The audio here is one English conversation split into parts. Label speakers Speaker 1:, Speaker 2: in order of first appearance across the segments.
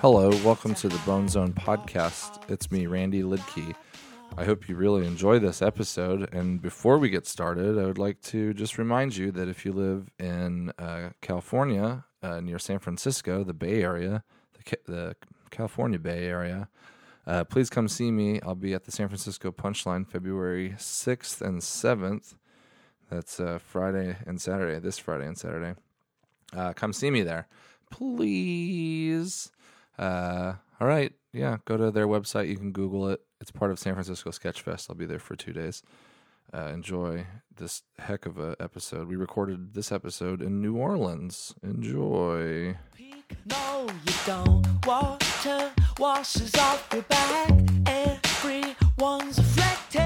Speaker 1: Hello, welcome to the Bone Zone podcast. It's me, Randy Lidkey. I hope you really enjoy this episode. And before we get started, I would like to just remind you that if you live in uh, California, uh, near San Francisco, the Bay Area, the, Ca- the California Bay Area, uh, please come see me. I'll be at the San Francisco Punchline February 6th and 7th. That's uh, Friday and Saturday, this Friday and Saturday. Uh, come see me there, please. Uh, all right. Yeah, go to their website. You can Google it. It's part of San Francisco Sketch Fest. I'll be there for two days. Uh, enjoy this heck of a episode. We recorded this episode in New Orleans. Enjoy.
Speaker 2: peak. No, you don't. Water washes off your back. Everyone's reflective.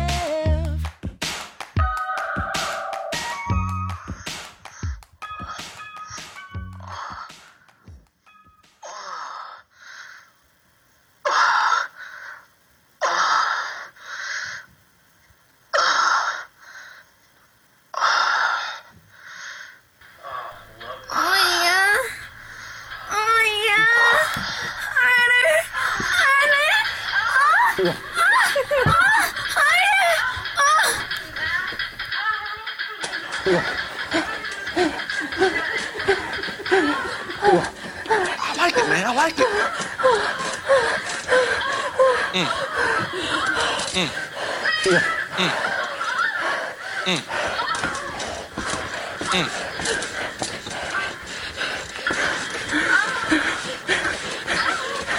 Speaker 3: Maya, Maya, Harder! Harder! Ah! Ah! Harder! Ah!
Speaker 4: I like it, man. I like it.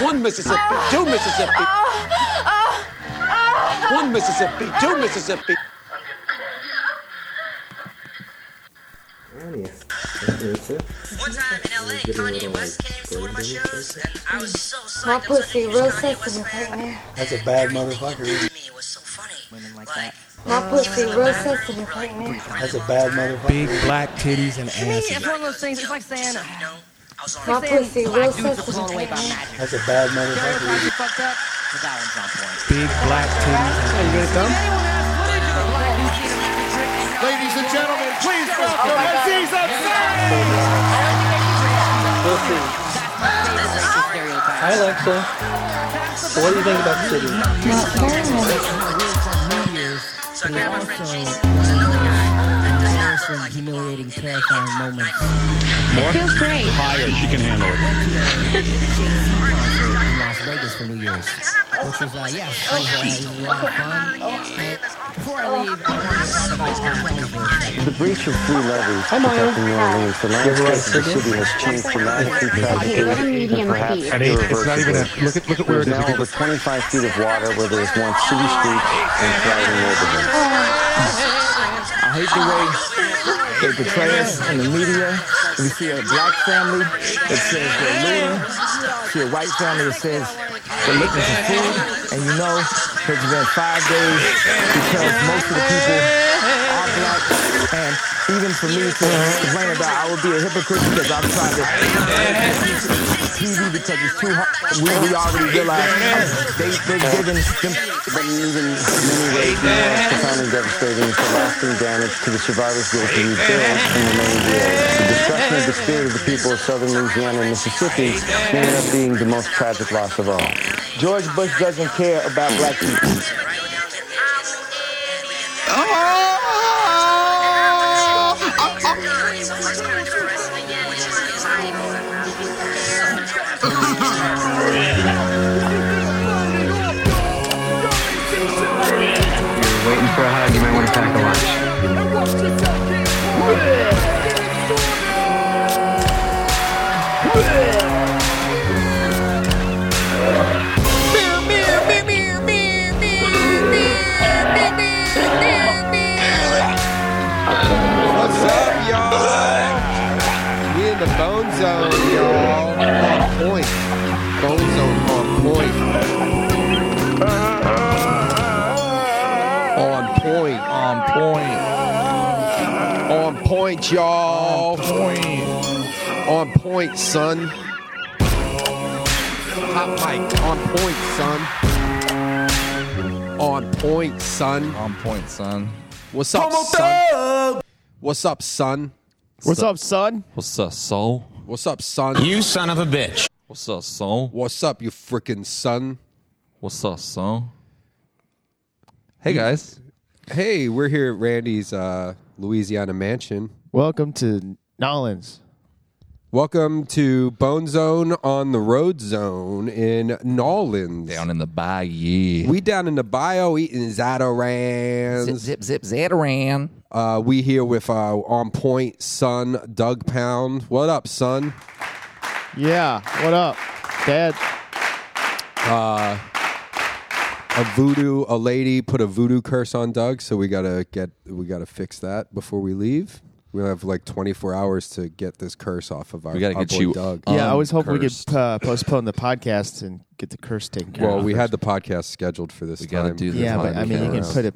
Speaker 4: One Mississippi, two Mississippi. One Mississippi, two Mississippi.
Speaker 5: One time in LA, Kanye West came to one of my shows, and I was so psyched.
Speaker 3: My
Speaker 5: I was like,
Speaker 3: pussy
Speaker 5: "Who's
Speaker 3: real
Speaker 5: Kanye
Speaker 3: sexy
Speaker 5: West fan?"
Speaker 3: right now.
Speaker 6: That's a bad
Speaker 5: Everything
Speaker 6: motherfucker.
Speaker 5: he
Speaker 6: isn't it?
Speaker 5: did to me was so funny. like,
Speaker 3: My pussy real sexy right now.
Speaker 6: That's a bad motherfucker.
Speaker 7: big black titties and asses.
Speaker 8: It's one of
Speaker 5: "Oh,
Speaker 8: those things. It's like saying uh,
Speaker 5: you know, I was on
Speaker 3: My pussy real
Speaker 8: black dudes are
Speaker 3: sexy
Speaker 8: blown away
Speaker 3: right
Speaker 8: by
Speaker 3: now.
Speaker 8: magic.
Speaker 6: That's a bad motherfucker.
Speaker 8: Stereotypes are fucked up. But that one's on point.
Speaker 7: Big black titties.
Speaker 6: Hey, you gonna come?
Speaker 9: Ladies and gentlemen, please welcome Aziz Ansari.
Speaker 8: Stereotypes.
Speaker 6: Hi, Alexa. So what do you think about the city?
Speaker 3: Not bad.
Speaker 5: So I grabbed my friend Jason, who was another guy that does not look like he humiliating, terrifying moments.
Speaker 8: Feels great.
Speaker 5: Las Vegas for New Year's, which was like, yeah, so bad. It was a lot of fun. But Before I leave, I want to talk about something else.
Speaker 10: The breach of free levees to protect New Orleans, the landscape of the city has changed dramatically tragically and perhaps
Speaker 7: look
Speaker 10: irreversibly.
Speaker 7: at look at
Speaker 10: There's now over 25 feet of water where there was once city streets and thriving neighborhoods.
Speaker 7: I hate the way they portray us in the media. We see a black family that says they're looting. See a white family that says they're looking for food. And you know, it's been five days because most of the people are black. And even for me to complain about, I would be a hypocrite because I'm trying to TV because it's too hard. We, we already realize they, they're giving them
Speaker 10: But in even many ways, New Orleans profoundly devastating the lasting damage to the survivors will be rebuilt and remain real. The destruction of the spirit of the people of southern Louisiana and Mississippi may end up being the most tragic loss of all. George Bush doesn't care about black people.
Speaker 7: waiting for a hug, you might want to pack a lunch.
Speaker 4: What's up, y'all? We in the bone zone, y'all. On point. Bone zone on point. On point.
Speaker 1: On point.
Speaker 4: On point, y'all.
Speaker 1: Point.
Speaker 4: On point, son. Hot mic. On point, son. On point, son.
Speaker 1: On point, son.
Speaker 4: What's up, son? What's up, son?
Speaker 1: What's up, Saul?
Speaker 4: What's up, son?
Speaker 9: You son of a bitch.
Speaker 1: What's up, son?
Speaker 4: What's up, you freaking son?
Speaker 1: What's up, son? Hey guys,
Speaker 4: Hey, we're here at Randy's uh, Louisiana mansion.
Speaker 11: Welcome to Nolans.
Speaker 4: Welcome to Bone Zone on the Road Zone in Nolans.
Speaker 1: down in the bayou.
Speaker 4: We down in the bio eating Zatarans.
Speaker 1: zip zip Zataran.
Speaker 4: Uh, we here with uh, on point son Doug Pound. What up, son?
Speaker 11: Yeah, what up, Dad?
Speaker 4: A voodoo, a lady put a voodoo curse on Doug, so we gotta get we gotta fix that before we leave. We have like 24 hours to get this curse off of our,
Speaker 1: We gotta
Speaker 4: our
Speaker 1: get
Speaker 4: boy
Speaker 1: you
Speaker 4: Doug.
Speaker 1: up.
Speaker 11: Yeah, I was hoping
Speaker 1: Uncursed.
Speaker 11: we could uh, postpone the podcast and get the curse taken care
Speaker 4: well,
Speaker 11: of.
Speaker 4: we had the podcast scheduled for this.
Speaker 1: We gotta
Speaker 4: time.
Speaker 1: do this
Speaker 11: yeah,
Speaker 1: on
Speaker 11: but I mean, you can
Speaker 1: camera.
Speaker 11: put it,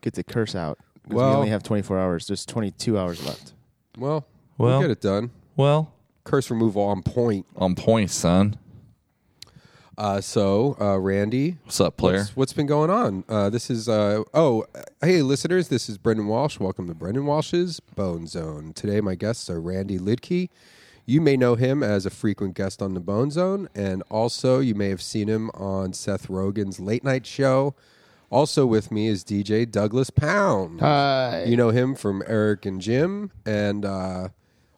Speaker 11: get the curse out. 'Cause
Speaker 4: Well-
Speaker 11: we only have 24 hours. There's 22 hours left.
Speaker 4: Well,
Speaker 1: Well.
Speaker 4: we'll get it done.
Speaker 1: Well,
Speaker 4: Curse removal on point.
Speaker 1: on point, son.
Speaker 4: Uh, so, uh, Randy,
Speaker 1: What's up, player?
Speaker 4: What's- what's been going on? Uh, this is uh, oh uh, hey listeners, this is Brendan Walsh. Welcome to Brendan Walsh's Bone Zone. Today my guests are Randy Lidke. You may know him as a frequent guest on the Bone Zone, and also you may have seen him on Seth Rogen's late night show. Also with me is DJ Douglas Pound.
Speaker 11: Hi.
Speaker 4: You know him from Eric and Jim, and uh,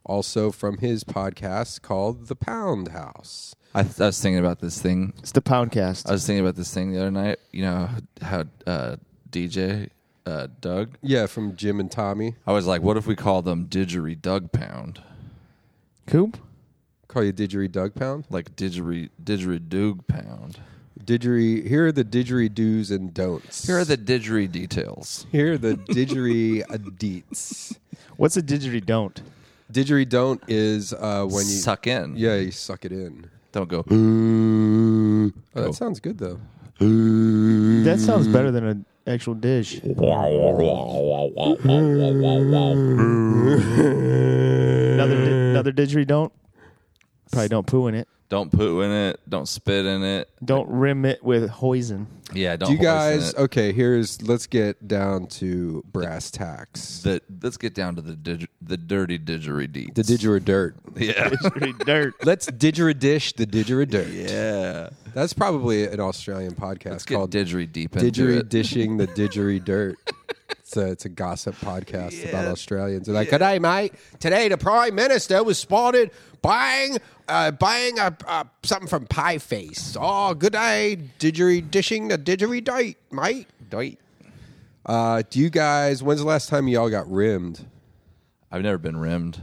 Speaker 4: also from his podcast called The Pound House.
Speaker 1: I, I was thinking about this thing.
Speaker 11: It's the Poundcast.
Speaker 1: I was thinking about this thing the other night. You know how uh, DJ uh, Doug.
Speaker 4: Yeah, from Jim and Tommy.
Speaker 1: I was like, what if we call them Didgery Doug Pound?
Speaker 11: Coop?
Speaker 4: Call you Didgery Doug Pound.
Speaker 1: Like Didgery Didgeridoo Pound.
Speaker 4: Didgery. Here are the didgeridoos and don'ts.
Speaker 1: Here are the Didgery details.
Speaker 4: here are the didgery deets.
Speaker 11: What's a didgeridoo don't?
Speaker 4: Didgery don't is uh, when you
Speaker 1: Suck in.
Speaker 4: Yeah, you suck it in.
Speaker 1: Don't go. Mm.
Speaker 4: Oh, that sounds good though.
Speaker 11: That sounds better than an actual dish. Another, di- another didgeridoo don't? Probably don't poo in it.
Speaker 1: Don't poo in it. Don't spit in it.
Speaker 11: Don't rim it with hoisin.
Speaker 1: Yeah. Don't.
Speaker 4: Do
Speaker 1: hoist
Speaker 4: you
Speaker 1: in
Speaker 4: guys?
Speaker 1: it.
Speaker 4: Okay, here's. Let's get down to brass tacks.
Speaker 1: The, let's get down to the dig, the dirty didgeridoo.
Speaker 4: The didgeridoo dirt.
Speaker 1: yeah.
Speaker 11: dirt.
Speaker 4: Let's didgeridish the didgeridoo.
Speaker 1: yeah.
Speaker 4: That's probably an Australian podcast
Speaker 1: Let's get
Speaker 4: called
Speaker 1: didgery deep into
Speaker 4: Didgery
Speaker 1: it.
Speaker 4: dishing the didgery dirt. It's a, it's a gossip podcast about Australians. They're like, today, mate, today the prime minister was spotted buying uh, buying a, a, something from Pie Face. Oh, good day, didgery dishing the didgery dirt, mate. Dirt. Uh, do you guys? When's the last time y'all got rimmed,
Speaker 1: I've never been rimmed.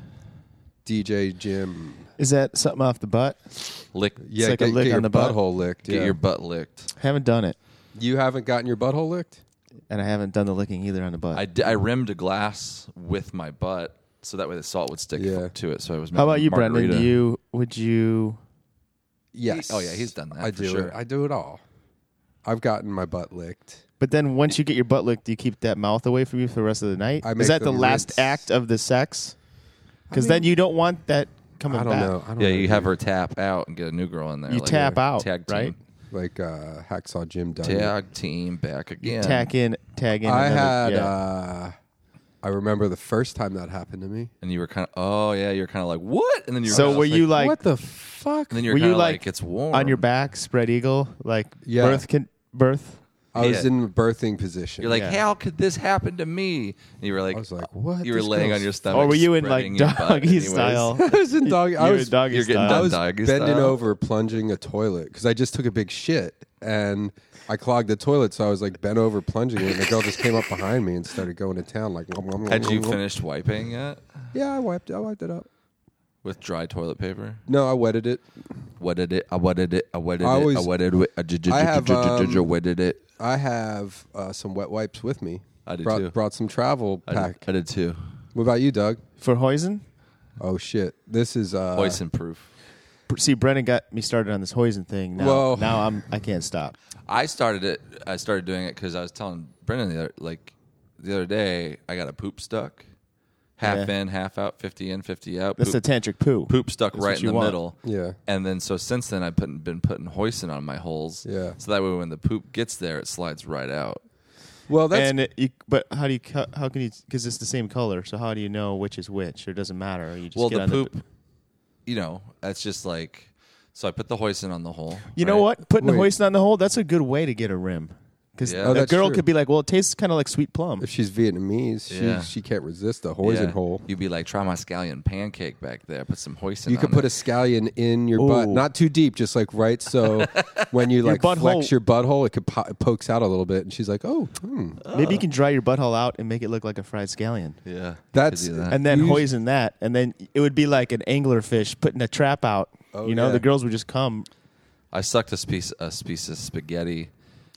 Speaker 4: DJ Jim?
Speaker 11: Is that something off the butt?
Speaker 1: Lick.
Speaker 4: Yeah,
Speaker 11: like a
Speaker 4: get,
Speaker 11: lick
Speaker 4: get your
Speaker 11: on the butt.
Speaker 4: butthole licked.
Speaker 1: Get
Speaker 4: yeah.
Speaker 1: your butt licked.
Speaker 11: Haven't done it,
Speaker 4: you haven't gotten your butthole licked.
Speaker 11: and I haven't done the licking either on the butt.
Speaker 1: I, di- I rimmed a glass with my butt so that way the salt would stick
Speaker 4: Yeah.
Speaker 1: to it. So I was.
Speaker 11: How about
Speaker 1: making
Speaker 11: you, Brendan?
Speaker 1: margarita.
Speaker 11: Do you would you?
Speaker 4: Yes.
Speaker 1: oh, yeah, he's done that
Speaker 4: I
Speaker 1: for
Speaker 4: do
Speaker 1: sure.
Speaker 4: it. I do it all. I've gotten my butt licked.
Speaker 11: But then once you get your butt licked, do you keep that mouth away from you for the rest of the night?
Speaker 4: I make
Speaker 11: Is that the
Speaker 4: them
Speaker 11: last
Speaker 4: rinse.
Speaker 11: act of the sex? Because then you don't want that coming
Speaker 4: I don't
Speaker 11: back.
Speaker 4: know. I don't
Speaker 1: Yeah,
Speaker 4: know,
Speaker 1: you have
Speaker 4: dude.
Speaker 1: her tap out and get a new girl in there.
Speaker 11: You tap
Speaker 1: a
Speaker 11: out,
Speaker 1: Tag team.
Speaker 11: right?
Speaker 4: like uh, hacksaw Jim Dunn.
Speaker 1: Tag team back again.
Speaker 11: Tack in, tag in.
Speaker 4: I
Speaker 11: another-
Speaker 4: had.
Speaker 11: yeah.
Speaker 4: Uh, I remember the first time that happened to me.
Speaker 1: And you were kind of, oh yeah, you're kind of like what? And then you
Speaker 11: so
Speaker 1: realized,
Speaker 11: were you like?
Speaker 4: what the fuck?
Speaker 1: And then you're
Speaker 11: were
Speaker 1: kind
Speaker 11: you
Speaker 1: of like,
Speaker 11: like
Speaker 1: it's warm
Speaker 11: on your back, spread eagle, like
Speaker 4: Yeah.
Speaker 11: birth can birth.
Speaker 4: I was
Speaker 1: Yeah.
Speaker 4: in a birthing position.
Speaker 1: You're like,
Speaker 11: Yeah.
Speaker 1: how could this happen to me? And you were like,
Speaker 4: I was like, what?
Speaker 1: You were
Speaker 4: This
Speaker 1: laying
Speaker 4: girl's-
Speaker 1: on your stomach,
Speaker 11: Or were you in
Speaker 1: spreading
Speaker 11: like
Speaker 1: your butt
Speaker 11: doggy
Speaker 1: anyways.
Speaker 11: style?
Speaker 4: I was in doggy. I
Speaker 11: You were
Speaker 4: was
Speaker 11: doggy
Speaker 1: You're getting
Speaker 11: style.
Speaker 1: done
Speaker 4: I was
Speaker 1: doggy
Speaker 4: bending
Speaker 1: style.
Speaker 4: over, plunging a toilet because I just took a big shit and I clogged the toilet. So I was like bent over, plunging it. And the girl just came up behind me and started going to town. Like, nom, nom, nom,
Speaker 1: Had
Speaker 4: nom,
Speaker 1: you
Speaker 4: nom.
Speaker 1: finished wiping it
Speaker 4: Yeah, I wiped. I wiped it up.
Speaker 1: with dry toilet paper?
Speaker 4: No, I wetted it.
Speaker 1: Wetted it. I wetted it. I wetted
Speaker 4: I
Speaker 1: it. I
Speaker 4: always-
Speaker 1: wetted it. I ju- ju-
Speaker 4: I
Speaker 1: ju-
Speaker 4: have,
Speaker 1: ju- ju- ju- ju-
Speaker 4: um,
Speaker 1: wetted it.
Speaker 4: I have uh, some wet wipes with me.
Speaker 1: I do
Speaker 4: brought,
Speaker 1: too.
Speaker 4: Brought some travel
Speaker 1: I
Speaker 4: pack.
Speaker 1: did, I did too.
Speaker 4: What about you, Doug?
Speaker 11: For hoisin,
Speaker 4: Oh shit! This is uh,
Speaker 1: Poison proof.
Speaker 11: see Brendan got me started on this hoisin thing. Now,
Speaker 4: Well-
Speaker 11: now I'm I can't stop.
Speaker 1: I started it. I started doing it because I was telling Brendan the other, like the other day. I got a poop stuck, half
Speaker 11: Yeah.
Speaker 1: in, half out, fifty in, fifty out.
Speaker 11: That's
Speaker 1: poop,
Speaker 11: a tantric poo.
Speaker 1: poop stuck
Speaker 11: That's
Speaker 1: right
Speaker 11: what
Speaker 1: in
Speaker 11: you
Speaker 1: the
Speaker 11: want.
Speaker 1: middle.
Speaker 4: Yeah.
Speaker 1: And then so since then I've put, been putting hoisin on my holes.
Speaker 4: Yeah.
Speaker 1: So that way when the poop gets there, it slides right out.
Speaker 4: Well, that's
Speaker 11: and it, you, but how do you cut? How can you? Because it's the same color, so how do you know which is which? Or it doesn't matter. You just
Speaker 1: well,
Speaker 11: get
Speaker 1: the
Speaker 11: on
Speaker 1: poop, you know, that's just like So I put the hoisin on the hole.
Speaker 11: You know what? Putting the hoist on the hole, that's a good way to get a rim. Because
Speaker 1: Yeah.
Speaker 11: a
Speaker 1: Oh, that's
Speaker 11: girl
Speaker 1: true.
Speaker 11: could be like, well, it tastes kind of like sweet plum.
Speaker 4: If she's Vietnamese,
Speaker 1: Yeah.
Speaker 4: she she can't resist the hoisin
Speaker 1: Yeah.
Speaker 4: hole.
Speaker 1: You'd be like, try my scallion pancake back there. Put some hoisin.
Speaker 4: You
Speaker 1: on
Speaker 4: could put
Speaker 1: it.
Speaker 4: a scallion in your butt,
Speaker 1: Ooh.
Speaker 4: not too deep, just like right. So when you
Speaker 11: Your
Speaker 4: like
Speaker 11: butthole-
Speaker 4: flex your butthole, it could po- it pokes out a little bit. And she's like, "Oh, hmm.
Speaker 11: Maybe you can dry your butthole out and make it look like a fried scallion.
Speaker 1: Ah. Yeah,
Speaker 4: that's
Speaker 11: and then hoisin that, and then it would be like an angler fish putting a trap out. you know,
Speaker 1: Oh, yeah.
Speaker 11: the girls would just come.
Speaker 1: I sucked a piece a piece of spaghetti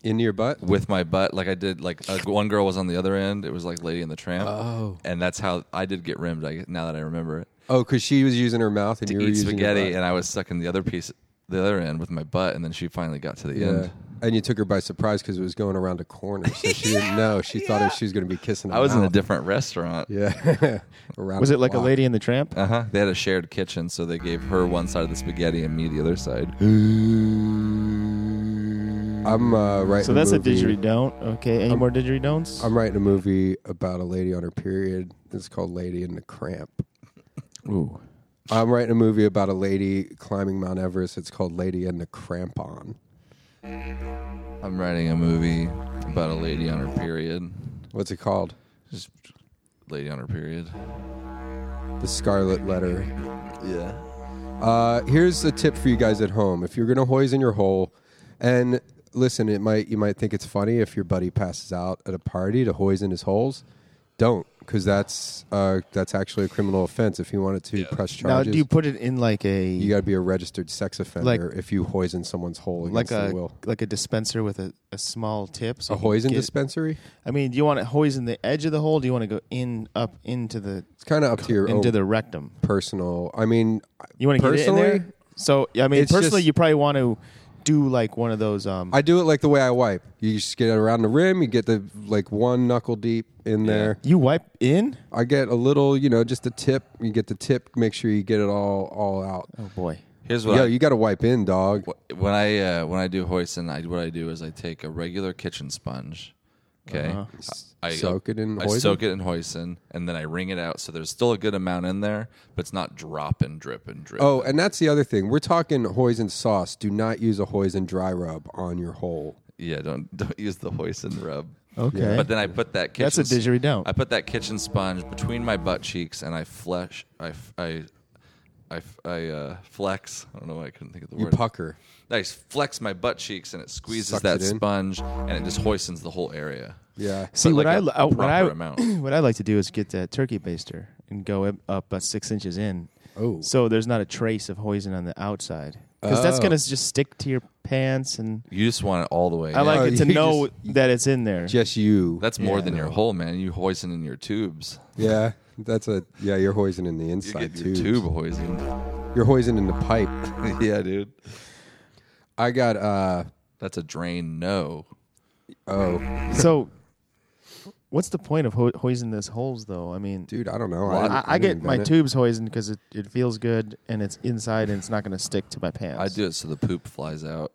Speaker 4: into your butt
Speaker 1: with my butt. Like I did. Like uh, one girl was on the other end. It was like Lady and the Tramp.
Speaker 4: Oh.
Speaker 1: and that's how I did get rimmed. I now that I remember it.
Speaker 4: Oh, because she was using her mouth and
Speaker 1: To
Speaker 4: you were
Speaker 1: eat
Speaker 4: using your
Speaker 1: spaghetti,
Speaker 4: butt.
Speaker 1: and I was sucking the other piece, the other end with my butt, and then she finally got to the
Speaker 4: Yeah.
Speaker 1: end.
Speaker 4: And you took her by surprise because it was going around a corner, so she didn't know. She thought she was going to be kissing.
Speaker 1: I was in a
Speaker 4: mouth.
Speaker 1: different restaurant.
Speaker 4: Yeah. around
Speaker 11: Was
Speaker 4: the
Speaker 11: it like a
Speaker 4: block.
Speaker 11: lady in the tramp?
Speaker 1: Uh huh. They had a shared kitchen, so they gave her one side of the spaghetti and me the other side.
Speaker 4: I'm uh, writing.
Speaker 11: So that's a
Speaker 4: movie. Um,
Speaker 11: didgeridoo. Okay, any more didgeridons?
Speaker 4: I'm writing a movie about a lady on her period. It's called Lady in the Cramp.
Speaker 1: Ooh.
Speaker 4: I'm writing a movie about a lady climbing Mount Everest. It's called Lady in the Crampon.
Speaker 1: I'm writing a movie about a lady on her period.
Speaker 4: What's it called?
Speaker 1: Just lady on her period.
Speaker 4: The Scarlet Letter.
Speaker 1: Yeah.
Speaker 4: Uh, here's a tip for you guys at home: if you're gonna hoise in your hole, and listen, it might you might think it's funny if your buddy passes out at a party to hoise in his holes. Don't, because that's uh, that's actually a criminal offense. If you wanted to press
Speaker 11: now,
Speaker 4: charges,
Speaker 11: do you put it in like a
Speaker 4: you got to be a registered sex offender
Speaker 11: Like-
Speaker 4: if you hoise in someone's hole against
Speaker 11: like
Speaker 4: their
Speaker 11: a
Speaker 4: will.
Speaker 11: like a dispenser with a, a small tip? So
Speaker 4: A
Speaker 11: you can
Speaker 4: hoisin
Speaker 11: get-
Speaker 4: dispensary?
Speaker 11: I mean, do you want it hoisin the edge of the hole? Do you want to go in up into the
Speaker 4: It's kind of up to your
Speaker 11: into
Speaker 4: own
Speaker 11: the rectum?
Speaker 4: personal. I mean,
Speaker 11: You want to get it in
Speaker 4: personally,
Speaker 11: there? So I mean,
Speaker 4: It's
Speaker 11: personally,
Speaker 4: just-
Speaker 11: you probably want to do like one of those. Um,
Speaker 4: I do it like the way I wipe. You just get it around the rim. You get the like one knuckle deep in there.
Speaker 11: you wipe in.
Speaker 4: I get a little, you know, just the tip. You get the tip. Make sure you get it all all out.
Speaker 11: Oh boy.
Speaker 1: Here's what
Speaker 4: Yo,
Speaker 1: I,
Speaker 4: you got to wipe in, dog.
Speaker 1: when I uh, when I do hoisin, I, what I do is I take a regular kitchen sponge. Okay. I, I-
Speaker 4: Uh-huh. Soak it in
Speaker 1: I
Speaker 4: hoisin?
Speaker 1: soak it in hoisin, and then I wring it out so there's still a good amount in there, but it's not dropping, dripping, dripping.
Speaker 4: Oh, and that's the other thing. We're talking hoisin sauce. Do not use a hoisin dry rub on your hole.
Speaker 1: Yeah, don't don't use the hoisin rub.
Speaker 11: Okay.
Speaker 1: But then I put that kitchen
Speaker 11: That's a didgeridoo.
Speaker 1: I put that kitchen sponge between my butt cheeks and I flesh I f- I I f- I, uh, flex. I don't know why I couldn't think of the
Speaker 4: You
Speaker 1: word.
Speaker 4: pucker.
Speaker 1: I just flex my butt cheeks and it squeezes
Speaker 4: Sucks
Speaker 1: that
Speaker 4: it in.
Speaker 1: sponge and it just hoisins the whole area.
Speaker 4: Yeah.
Speaker 11: See
Speaker 1: But
Speaker 11: what
Speaker 1: like
Speaker 11: I
Speaker 1: a
Speaker 11: li- uh, what I
Speaker 1: proper amount.
Speaker 11: what I like to do is get that turkey baster and go up, up uh, six inches in.
Speaker 4: Oh.
Speaker 11: so there's not a trace of hoisin on the outside because that's
Speaker 4: Oh.
Speaker 11: gonna just stick to your pants, and
Speaker 1: You just want it all the way.
Speaker 11: I
Speaker 1: in.
Speaker 11: like
Speaker 4: Oh,
Speaker 11: it to
Speaker 4: you
Speaker 11: know
Speaker 4: just-
Speaker 11: that it's in there.
Speaker 4: Just you.
Speaker 1: That's more than your hole, man. You hoisin in your tubes.
Speaker 4: yeah. That's a yeah. You're hoisin in the
Speaker 1: You
Speaker 4: inside
Speaker 1: get
Speaker 4: too.
Speaker 1: your tube hoisin.
Speaker 4: You're hoisin in the pipe.
Speaker 1: yeah, dude.
Speaker 4: I got uh
Speaker 1: That's a drain. No.
Speaker 4: oh,
Speaker 11: so, what's the point of ho- hoisin this holes though? I mean,
Speaker 4: dude. I don't know.
Speaker 11: I, I get
Speaker 4: didn't
Speaker 11: my
Speaker 4: invent it.
Speaker 11: tubes hoisin because it, it feels good and it's inside and it's not gonna stick to my pants.
Speaker 1: I do it so the poop flies out.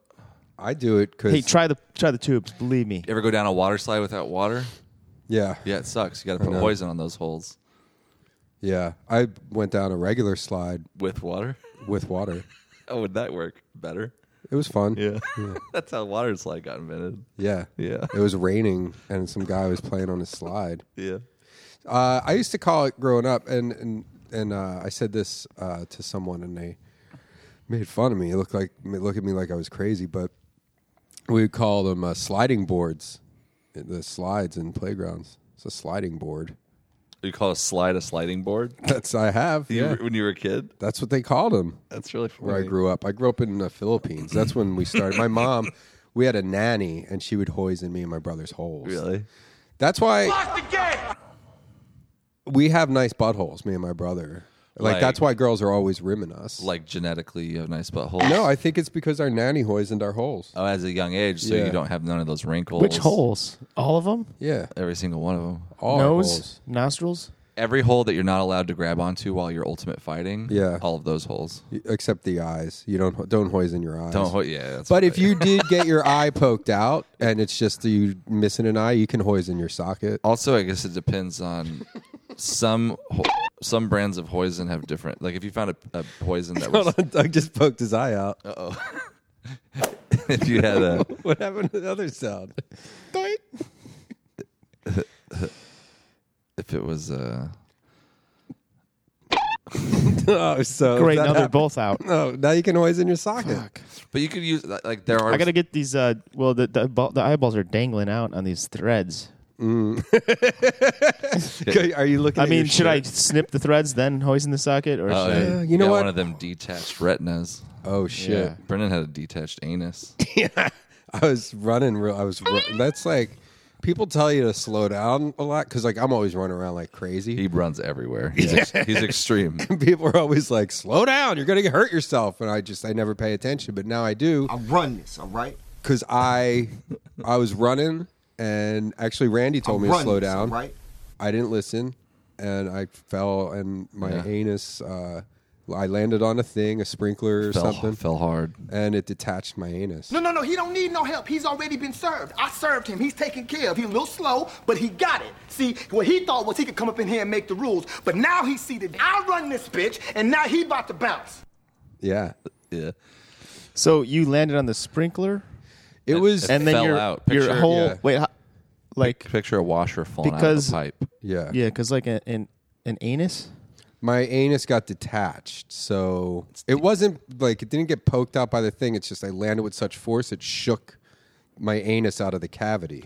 Speaker 4: I do it because
Speaker 11: Hey, try the try the tubes. Believe me.
Speaker 1: You ever go down a water slide without water?
Speaker 4: yeah.
Speaker 1: Yeah, it sucks. You got to put
Speaker 4: know.
Speaker 1: poison on those holes
Speaker 4: Yeah, I went down a regular slide
Speaker 1: with water.
Speaker 4: with water.
Speaker 1: Oh, would that work better?
Speaker 4: It was fun.
Speaker 1: Yeah. That's how water slide got invented.
Speaker 4: Yeah.
Speaker 1: Yeah.
Speaker 4: It was raining and some guy was playing on his slide.
Speaker 1: Yeah.
Speaker 4: Uh, I used to call it growing up, and and and uh, I said this uh, to someone, and they made fun of me. It looked like they look at me like I was crazy, but we would call them uh, sliding boards, the slides in playgrounds. It's a sliding board.
Speaker 1: You call a slide a sliding board?
Speaker 4: That's I have.
Speaker 1: You-
Speaker 4: Yeah.
Speaker 1: When you were a kid?
Speaker 4: That's what they called them.
Speaker 1: That's really funny.
Speaker 4: where I grew up. I grew up in the Philippines. That's when we started. My mom, we had a nanny, and she would hoisin me and my brother's holes.
Speaker 1: Really?
Speaker 4: That's why we have nice buttholes, me and my brother. Like,
Speaker 1: Like-
Speaker 4: that's why girls are always rimming us.
Speaker 1: Like genetically, you have nice buttholes.
Speaker 4: no, I think it's because our nanny hoisined our holes.
Speaker 1: Oh, as a young age, so
Speaker 4: Yeah.
Speaker 1: you don't have none of those wrinkles.
Speaker 11: Which holes? All of them?
Speaker 4: Yeah,
Speaker 1: Every single one of them.
Speaker 4: all our
Speaker 11: Nose,
Speaker 4: holes.
Speaker 11: nostrils.
Speaker 1: Every hole that you're not allowed to grab onto while you're ultimate fighting.
Speaker 4: Yeah.
Speaker 1: All of those holes.
Speaker 4: except the eyes. You don't don't hoisin your eyes.
Speaker 1: Don't. Ho- yeah. That's right.
Speaker 4: But if you did get your eye poked out and it's just you missing an eye, you can hoisin your socket.
Speaker 1: Also, I guess it depends on some ho- some brands of poison have different. Like if you found a, a poison that was
Speaker 4: Hold on, Doug just poked his eye out.
Speaker 1: Uh oh. if you had a
Speaker 4: what happened to the other sound? Doink.
Speaker 1: if it was uh
Speaker 4: oh, so
Speaker 11: Great,
Speaker 4: that
Speaker 11: now they're
Speaker 4: happened-
Speaker 11: both out.
Speaker 4: No, now you can always in your socket.
Speaker 1: but you could use like there are
Speaker 11: I gotta get these. Uh, well, the the, ball, the eyeballs are dangling out on these threads.
Speaker 4: Okay, Are you looking?
Speaker 11: I
Speaker 4: at
Speaker 11: mean,
Speaker 4: your
Speaker 11: should I
Speaker 4: shit?
Speaker 11: snip the threads then hoist in the socket, or
Speaker 1: Oh,
Speaker 11: should I-
Speaker 1: yeah.
Speaker 4: uh, you know
Speaker 1: got
Speaker 4: what?
Speaker 1: one of them detached retinas.
Speaker 4: Oh shit!
Speaker 11: Yeah.
Speaker 1: Brendan had a detached anus.
Speaker 4: I was running real. I was. Ru- that's like people tell you to slow down a lot because like I'm always running around like crazy.
Speaker 1: He runs everywhere. He's, ex- he's extreme.
Speaker 4: people are always like, "Slow down! You're gonna get hurt yourself." And I just I never pay attention, but now I do
Speaker 9: I'll run this, all right?
Speaker 4: because I I was running and actually Randy told me to
Speaker 9: run
Speaker 4: slow
Speaker 9: this,
Speaker 4: down.
Speaker 9: alright?
Speaker 4: I didn't listen, and I fell and my
Speaker 1: Yeah.
Speaker 4: anus. Uh, I landed on a thing, a sprinkler or
Speaker 1: fell,
Speaker 4: something,
Speaker 1: fell hard.
Speaker 4: and it detached my anus.
Speaker 9: No, no, no. He don't need no help. He's already been served. I served him. He's taken care of. He's a little slow, but he got it. See, what he thought was he could come up in here and make the rules, but now he's seated. I run this bitch, and now he about to bounce.
Speaker 4: Yeah,
Speaker 1: Yeah.
Speaker 11: So you landed on the sprinkler,
Speaker 4: it was.
Speaker 11: and then
Speaker 1: fell
Speaker 11: your
Speaker 1: out.
Speaker 11: your
Speaker 1: Picture-
Speaker 11: whole
Speaker 4: yeah.
Speaker 11: wait, ho- like
Speaker 1: Picture a washer falling
Speaker 11: Because-
Speaker 1: out of a pipe.
Speaker 4: yeah,
Speaker 11: yeah, because like a, an an anus.
Speaker 4: my anus got detached. So it wasn't like it didn't get poked out by the thing. It's just I landed with such force it shook my anus out of the cavity.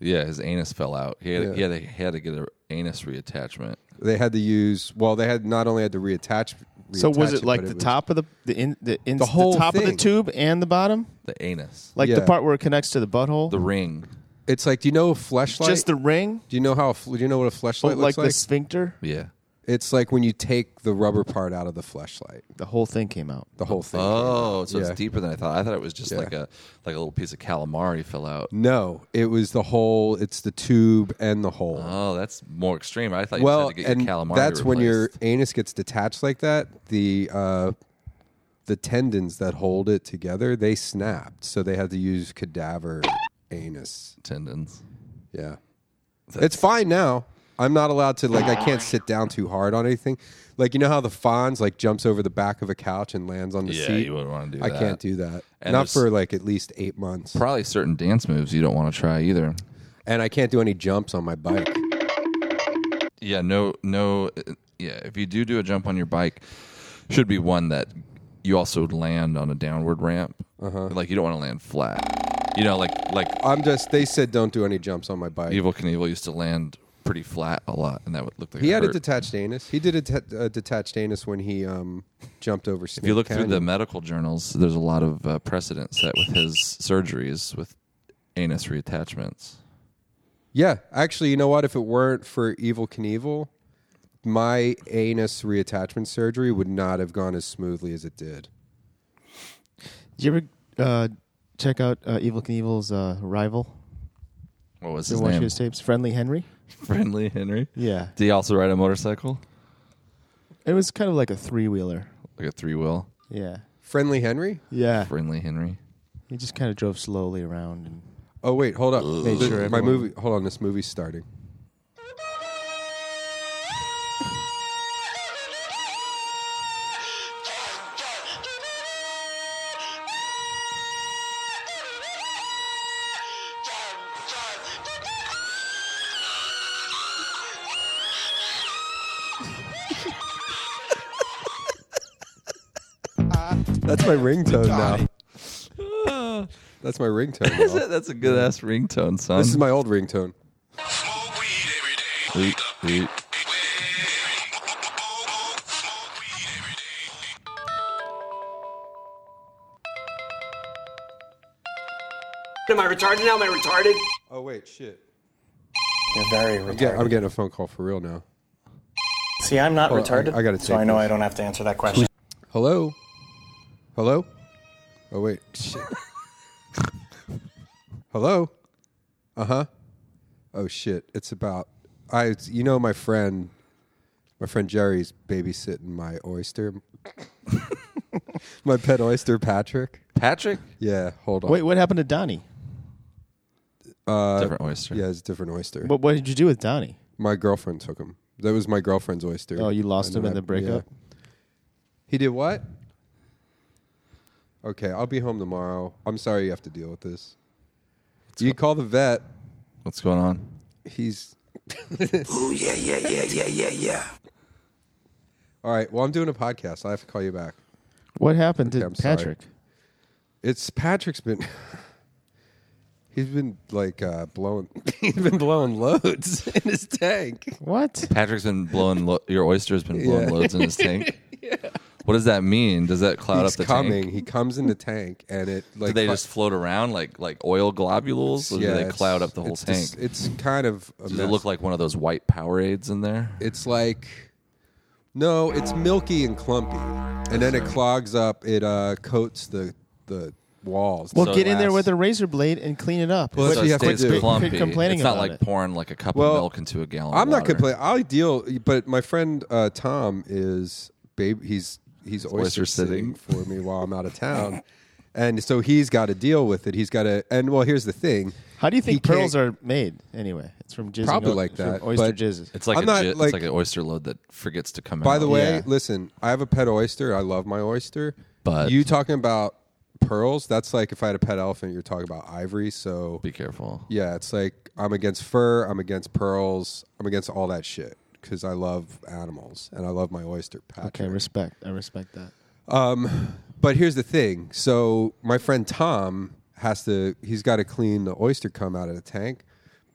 Speaker 1: Yeah, his anus fell out. He had,
Speaker 4: Yeah.
Speaker 1: he had, he had to get an anus reattachment.
Speaker 4: They had to use well, they had not only had to reattach.
Speaker 11: So was
Speaker 4: reattach
Speaker 11: it like
Speaker 4: but
Speaker 11: the
Speaker 4: was-
Speaker 11: top of the the in, the, in,
Speaker 4: The whole
Speaker 11: top of the
Speaker 4: thing.
Speaker 11: tube and the bottom,
Speaker 1: The anus.
Speaker 11: like
Speaker 4: Yeah.
Speaker 11: the part where it connects to the butthole,
Speaker 1: The ring.
Speaker 4: It's like do you know a fleshlight?
Speaker 11: just the ring,
Speaker 4: do you know how a fl- do you know what a fleshlight
Speaker 1: Oh,
Speaker 11: but like
Speaker 4: looks like?
Speaker 11: the sphincter.
Speaker 1: Yeah.
Speaker 4: It's like when you take the rubber part out of the fleshlight,
Speaker 11: The whole thing came out.
Speaker 4: the whole thing.
Speaker 1: Oh, so
Speaker 4: Yeah.
Speaker 1: it's deeper than I thought. I thought it was just
Speaker 4: Yeah.
Speaker 1: like a like a little piece of calamari fell out.
Speaker 4: No, it was the whole. It's the tube and the hole.
Speaker 1: Oh, that's more extreme. I thought you
Speaker 4: well,
Speaker 1: just had to get
Speaker 4: and
Speaker 1: your calamari.
Speaker 4: that's when your
Speaker 1: replaced.
Speaker 4: anus gets detached like that. The uh, the tendons that hold it together they snapped, so they had to use cadaver anus.
Speaker 1: tendons.
Speaker 4: Yeah, it's fine now. I'm not allowed to like. I can't sit down too hard on anything. Like you know how the Fonz like jumps over the back of a couch and lands on the
Speaker 1: Yeah,
Speaker 4: seat.
Speaker 1: you wouldn't wanna do
Speaker 4: I
Speaker 1: that.
Speaker 4: can't do that.
Speaker 1: And
Speaker 4: not
Speaker 1: there's-
Speaker 4: for like at least eight months.
Speaker 1: Probably certain dance moves you don't want to try either.
Speaker 4: and I can't do any jumps on my bike.
Speaker 1: Yeah, no, no. uh, Yeah, if you do do a jump on your bike, should be one that you also land on a downward ramp.
Speaker 4: Uh-huh.
Speaker 1: Like you don't want to land flat. You know, like like
Speaker 4: I'm just. They said don't do any jumps on my bike.
Speaker 1: Evil Knievel used to land pretty flat a lot, and that would look like
Speaker 4: He
Speaker 1: it
Speaker 4: had a
Speaker 1: hurt.
Speaker 4: detached anus. He did a, te- a detached anus when he um, jumped over. Snake
Speaker 1: If you look
Speaker 4: Canyon.
Speaker 1: through the medical journals, there's a lot of uh, precedent set with his surgeries with anus reattachments.
Speaker 4: yeah, actually, you know what? If it weren't for Evil Knievel, my anus reattachment surgery would not have gone as smoothly as it did.
Speaker 11: Did you ever uh, check out uh, Evil Knievel's uh, rival?
Speaker 1: What was
Speaker 11: Did
Speaker 1: his
Speaker 11: you watch
Speaker 1: name?
Speaker 11: his tapes? Friendly Henry.
Speaker 1: Friendly Henry.
Speaker 11: Yeah,
Speaker 1: Did he also ride a motorcycle?
Speaker 11: it was kind of like a three wheeler.
Speaker 1: Like a three wheel?
Speaker 11: Yeah,
Speaker 4: Friendly Henry?
Speaker 11: yeah.
Speaker 1: Friendly Henry.
Speaker 11: He just kind of drove slowly around and.
Speaker 4: Oh wait, hold up.
Speaker 11: Made
Speaker 4: This-
Speaker 11: sure
Speaker 4: my
Speaker 11: everyone-
Speaker 4: movie. Hold on, this movie's starting. That's my ringtone now. That's my ringtone. now.
Speaker 1: That's a good ass ringtone, son.
Speaker 4: This is my old ringtone.
Speaker 1: Wait, wait.
Speaker 9: Am I retarded now? Am I retarded?
Speaker 4: Oh wait, shit.
Speaker 6: You're very
Speaker 4: Yeah, I'm
Speaker 6: retarded.
Speaker 4: getting a phone call for real now.
Speaker 6: See, I'm not
Speaker 4: Hold on, I-
Speaker 6: retarded.
Speaker 4: I gotta
Speaker 6: So
Speaker 4: take
Speaker 6: I know
Speaker 4: this.
Speaker 6: I don't have to answer that question.
Speaker 4: Hello? Hello? Oh wait, shit. Hello? Uh-huh. Oh shit. It's about I it's- you know my friend my friend Jerry's babysitting my oyster. my pet oyster Patrick.
Speaker 1: Patrick?
Speaker 4: Yeah, hold on.
Speaker 11: Wait, what happened to Donnie?
Speaker 1: Different oyster.
Speaker 4: Yeah, it's a different oyster.
Speaker 11: What What did you do with Donnie?
Speaker 4: My girlfriend took him. That was my girlfriend's oyster.
Speaker 11: Oh, you lost
Speaker 4: I
Speaker 11: him
Speaker 4: know
Speaker 11: in the
Speaker 4: that- yeah.
Speaker 11: breakup?
Speaker 4: He did what? Okay, I'll be home tomorrow. I'm sorry you have to deal with this. you call the vet.
Speaker 1: What's going on?
Speaker 4: He's.
Speaker 12: Oh yeah, yeah, yeah, yeah, yeah, yeah.
Speaker 4: All right. Well, I'm doing a podcast. I have to call you back.
Speaker 11: What happened
Speaker 4: Okay,
Speaker 11: to
Speaker 4: I'm sorry.
Speaker 11: Patrick?
Speaker 4: It's Patrick's been. he's been like uh, blowing. he's been blowing loads in his tank.
Speaker 11: What?
Speaker 1: Patrick's been blowing. Lo- your oyster's been blowing
Speaker 4: Yeah.
Speaker 1: loads in his tank. What does that mean? Does that cloud
Speaker 4: he's
Speaker 1: up the
Speaker 4: coming.
Speaker 1: tank?
Speaker 4: He comes in the tank, and it like
Speaker 1: do they
Speaker 4: fu-
Speaker 1: just float around like like oil globules, or
Speaker 4: Yeah,
Speaker 1: do they
Speaker 4: it's-
Speaker 1: cloud up the whole
Speaker 4: it's
Speaker 1: tank?
Speaker 4: dis- it's kind of. A
Speaker 1: Does it
Speaker 4: mess.
Speaker 1: look like one of those white Powerades in there?
Speaker 4: It's like no, it's milky and clumpy, and then it clogs up. It uh, coats the the walls.
Speaker 11: Well,
Speaker 4: So
Speaker 11: get
Speaker 4: it
Speaker 11: in there
Speaker 4: lasts-
Speaker 11: with a razor blade and clean it up.
Speaker 4: Well, that's
Speaker 11: Quit-
Speaker 4: what you have
Speaker 11: quit-
Speaker 4: to do.
Speaker 11: quit complaining
Speaker 1: it's not
Speaker 11: about
Speaker 1: like
Speaker 11: it.
Speaker 1: pouring like a cup
Speaker 4: Well,
Speaker 1: of milk into a gallon.
Speaker 4: I'm
Speaker 1: of
Speaker 4: not
Speaker 1: Oh, water.
Speaker 4: complaining. I deal, but my friend uh, Tom is babe. He's he's oyster,
Speaker 1: oyster
Speaker 4: sitting for me while I'm out of town, and so he's got to deal with it. He's got to. And well, here's the thing.
Speaker 11: How do you think
Speaker 4: He can't-
Speaker 11: pearls are made anyway? It's from jizzing
Speaker 4: Probably
Speaker 11: o-
Speaker 4: like
Speaker 11: from
Speaker 4: that,
Speaker 11: oyster
Speaker 4: but
Speaker 11: jizzes.
Speaker 1: It's like
Speaker 4: I'm
Speaker 1: a
Speaker 4: not,
Speaker 1: j- it's
Speaker 4: like-
Speaker 1: like an oyster load that forgets to come out.
Speaker 4: By the way,
Speaker 11: Yeah.
Speaker 4: listen, I have a pet oyster. I love my oyster.
Speaker 1: But-
Speaker 4: you talking about pearls? That's like if I had a pet elephant. You're talking about ivory. So
Speaker 1: be careful.
Speaker 4: yeah, it's like I'm against fur. I'm against pearls. I'm against all that shit because I love animals and I love my oyster. Patrick.
Speaker 11: Okay, respect. I respect that.
Speaker 4: Um, but here's the thing. So my friend Tom has to. He's got to clean the oyster cum out of the tank,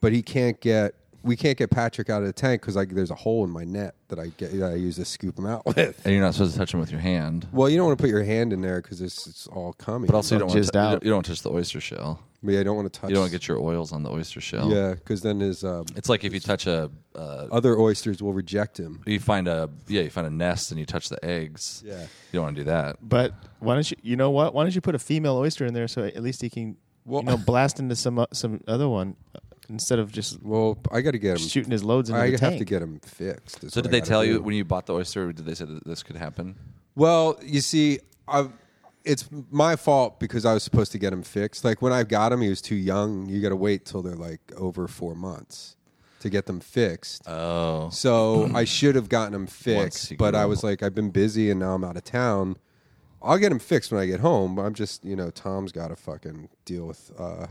Speaker 4: but he can't get. We can't get Patrick out of the tank because there's a hole in my net that I get that I use to scoop him out with.
Speaker 1: And you're not supposed to touch them with your hand,
Speaker 4: Well, you don't want to put your hand in there because it's, it's all coming.
Speaker 1: but also you don't want
Speaker 11: jizzed
Speaker 1: to, you
Speaker 11: out.
Speaker 1: don't, you don't touch the oyster shell.
Speaker 4: But yeah, I don't want to touch.
Speaker 1: You don't get your oils on the oyster shell.
Speaker 4: Yeah, because then his um,
Speaker 1: It's like if you touch a, uh,
Speaker 4: other oysters will reject him.
Speaker 1: you find a, yeah, you find a nest and you touch the eggs.
Speaker 4: Yeah.
Speaker 1: you don't want to do that.
Speaker 11: But why don't you? You know what? Why don't you put a female oyster in there so at least he can,
Speaker 4: Well-
Speaker 11: you know, blast into some o- some other one uh, instead of just
Speaker 4: Well, I got to get him.
Speaker 11: shooting his loads into
Speaker 4: I
Speaker 11: the
Speaker 4: have
Speaker 11: tank.
Speaker 4: to get him fixed. is
Speaker 1: So
Speaker 4: what
Speaker 1: did
Speaker 4: I
Speaker 1: they
Speaker 4: gotta
Speaker 1: tell
Speaker 4: do.
Speaker 1: you when you bought the oyster? Did they say that this could happen?
Speaker 4: Well, you see, i it's my fault because I was supposed to get him fixed. Like when I got him, he was too young. You got to wait till they're like over four months to get them fixed.
Speaker 1: Oh,
Speaker 4: So I should have gotten him
Speaker 1: you
Speaker 4: fixed, but
Speaker 1: grew
Speaker 4: I
Speaker 1: up.
Speaker 4: was like, I've been busy and now I'm out of town. I'll get him fixed when I get home. But I'm just, you know, Tom's got to fucking deal with. uh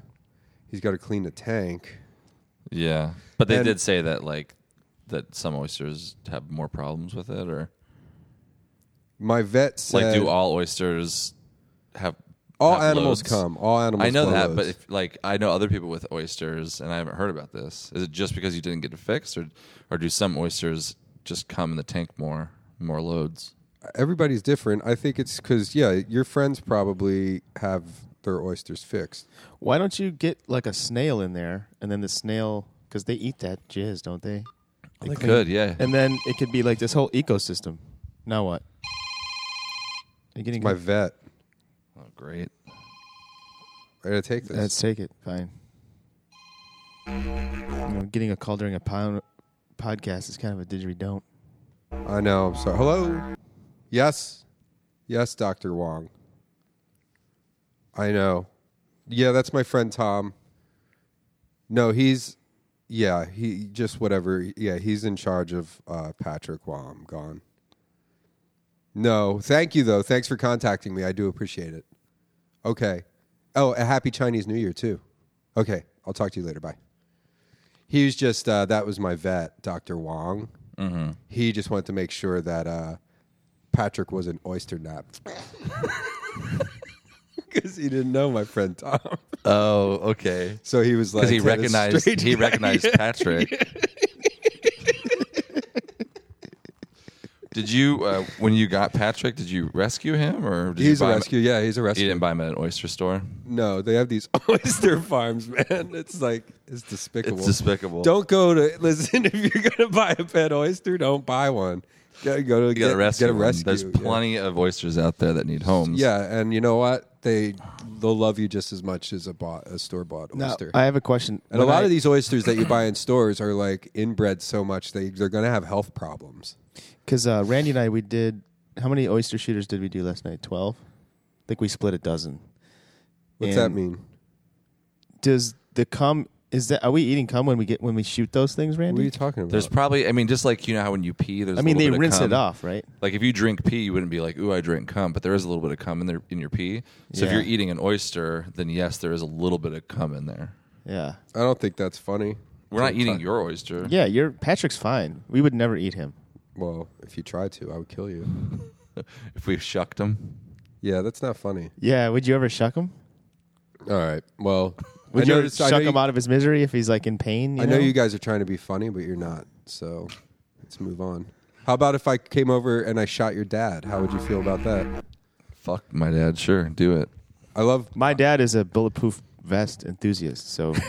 Speaker 4: He's got to clean the tank.
Speaker 1: yeah. But they
Speaker 4: And-
Speaker 1: did say that like that some oysters have more problems with it, or
Speaker 4: My vet said,
Speaker 1: like do all oysters have
Speaker 4: all
Speaker 1: have
Speaker 4: animals
Speaker 1: loads?
Speaker 4: come. All animals.
Speaker 1: I know
Speaker 4: blow
Speaker 1: that,
Speaker 4: loads.
Speaker 1: but if, like I know other people with oysters, and I haven't heard about this. Is it just because you didn't get it fixed, or or do some oysters just come in the tank more, more loads?
Speaker 4: everybody's different. I think it's because yeah, your friends probably have their oysters fixed.
Speaker 11: Why don't you get like a snail in there and then the snail because they eat that jizz, don't they?
Speaker 1: They could, yeah.
Speaker 11: And then it could be like this whole ecosystem. Now what? You're getting
Speaker 4: My vet,
Speaker 1: oh, great.
Speaker 4: I gotta take this.
Speaker 11: Let's take it. Fine. You know, getting a call during a pon- podcast is kind of a didgeridoo.
Speaker 4: I know. I'm sorry. Hello. Yes. Yes, Doctor Wong. I know. Yeah, that's my friend Tom. No, he's. Yeah, he just whatever. Yeah, he's in charge of uh, Patrick while I'm gone. No, thank you though. Thanks for contacting me. I do appreciate it. Okay. Oh, a happy Chinese New Year too. Okay, I'll talk to you later. Bye. He was just uh, that was my vet, Doctor Wong. He just wanted to make sure that uh, Patrick was an oyster nap because he didn't know my friend Tom.
Speaker 1: Oh, okay.
Speaker 4: So he was like,
Speaker 1: Because he
Speaker 4: had a
Speaker 1: recognized
Speaker 4: straight
Speaker 1: he
Speaker 4: guy.
Speaker 1: recognized Patrick. did you uh, when you got Patrick? Did you rescue him, or did
Speaker 4: He's
Speaker 1: you
Speaker 4: a
Speaker 1: buy
Speaker 4: rescue.
Speaker 1: Him,
Speaker 4: Yeah, he's a
Speaker 1: you
Speaker 4: rescue.
Speaker 1: didn't buy him at an oyster store.
Speaker 4: No, they have these oyster farms, man. It's like it's despicable.
Speaker 1: It's despicable.
Speaker 4: Don't go to listen if you're gonna buy a pet oyster. Don't buy one. Gotta go to
Speaker 1: You got
Speaker 4: get,
Speaker 1: to rescue.
Speaker 4: get a
Speaker 1: him.
Speaker 4: rescue.
Speaker 1: There's
Speaker 4: yeah.
Speaker 1: plenty of oysters out there that need homes.
Speaker 4: Yeah, and you know what? They they'll love you just as much as a bought a store bought
Speaker 11: Now,
Speaker 4: oyster.
Speaker 11: I have a question.
Speaker 4: and a
Speaker 11: When
Speaker 4: lot
Speaker 11: I-
Speaker 4: of these oysters that you buy in stores are like inbred so much they they're gonna have health problems.
Speaker 11: Because uh, Randy and I, we did how many oyster shooters did we do last night? Twelve. I think we split a dozen.
Speaker 4: What's
Speaker 11: And
Speaker 4: that mean?
Speaker 11: Does the cum Is that are we eating cum when we get when we shoot those things, Randy?
Speaker 1: What are you
Speaker 4: talking
Speaker 1: There's probably, I mean, just like you know how when you pee, there's.
Speaker 11: I mean,
Speaker 1: a little bit
Speaker 11: they
Speaker 1: of
Speaker 11: rinse it
Speaker 1: cum.
Speaker 11: off, right?
Speaker 1: Like if you drink pee, you wouldn't be like, "Ooh, I drink cum," but there is a little bit of cum in there in your pee. So if
Speaker 11: Yeah.
Speaker 1: you're eating an oyster, then yes, there is a little bit of cum in there.
Speaker 11: Yeah.
Speaker 4: I don't think that's funny.
Speaker 1: We're not eating your oyster.
Speaker 11: Yeah, you're Patrick's fine. We would never eat him.
Speaker 4: Well, if you tried to, I would kill you.
Speaker 1: if we shucked him.
Speaker 4: Yeah, that's not funny.
Speaker 11: Yeah, would you ever shuck him?
Speaker 4: All right. Well,
Speaker 11: Would
Speaker 4: I
Speaker 11: you ever
Speaker 4: noticed- I know
Speaker 11: shuck
Speaker 4: you-
Speaker 11: him out of his misery if he's like in pain? You
Speaker 4: I know you guys are trying to be funny, but you're not. So let's move on. How about if I came over and I shot your dad? How would you feel about that?
Speaker 1: Fuck my dad. Sure, do it.
Speaker 4: I love.
Speaker 11: My dad is a bulletproof vest enthusiast, so he,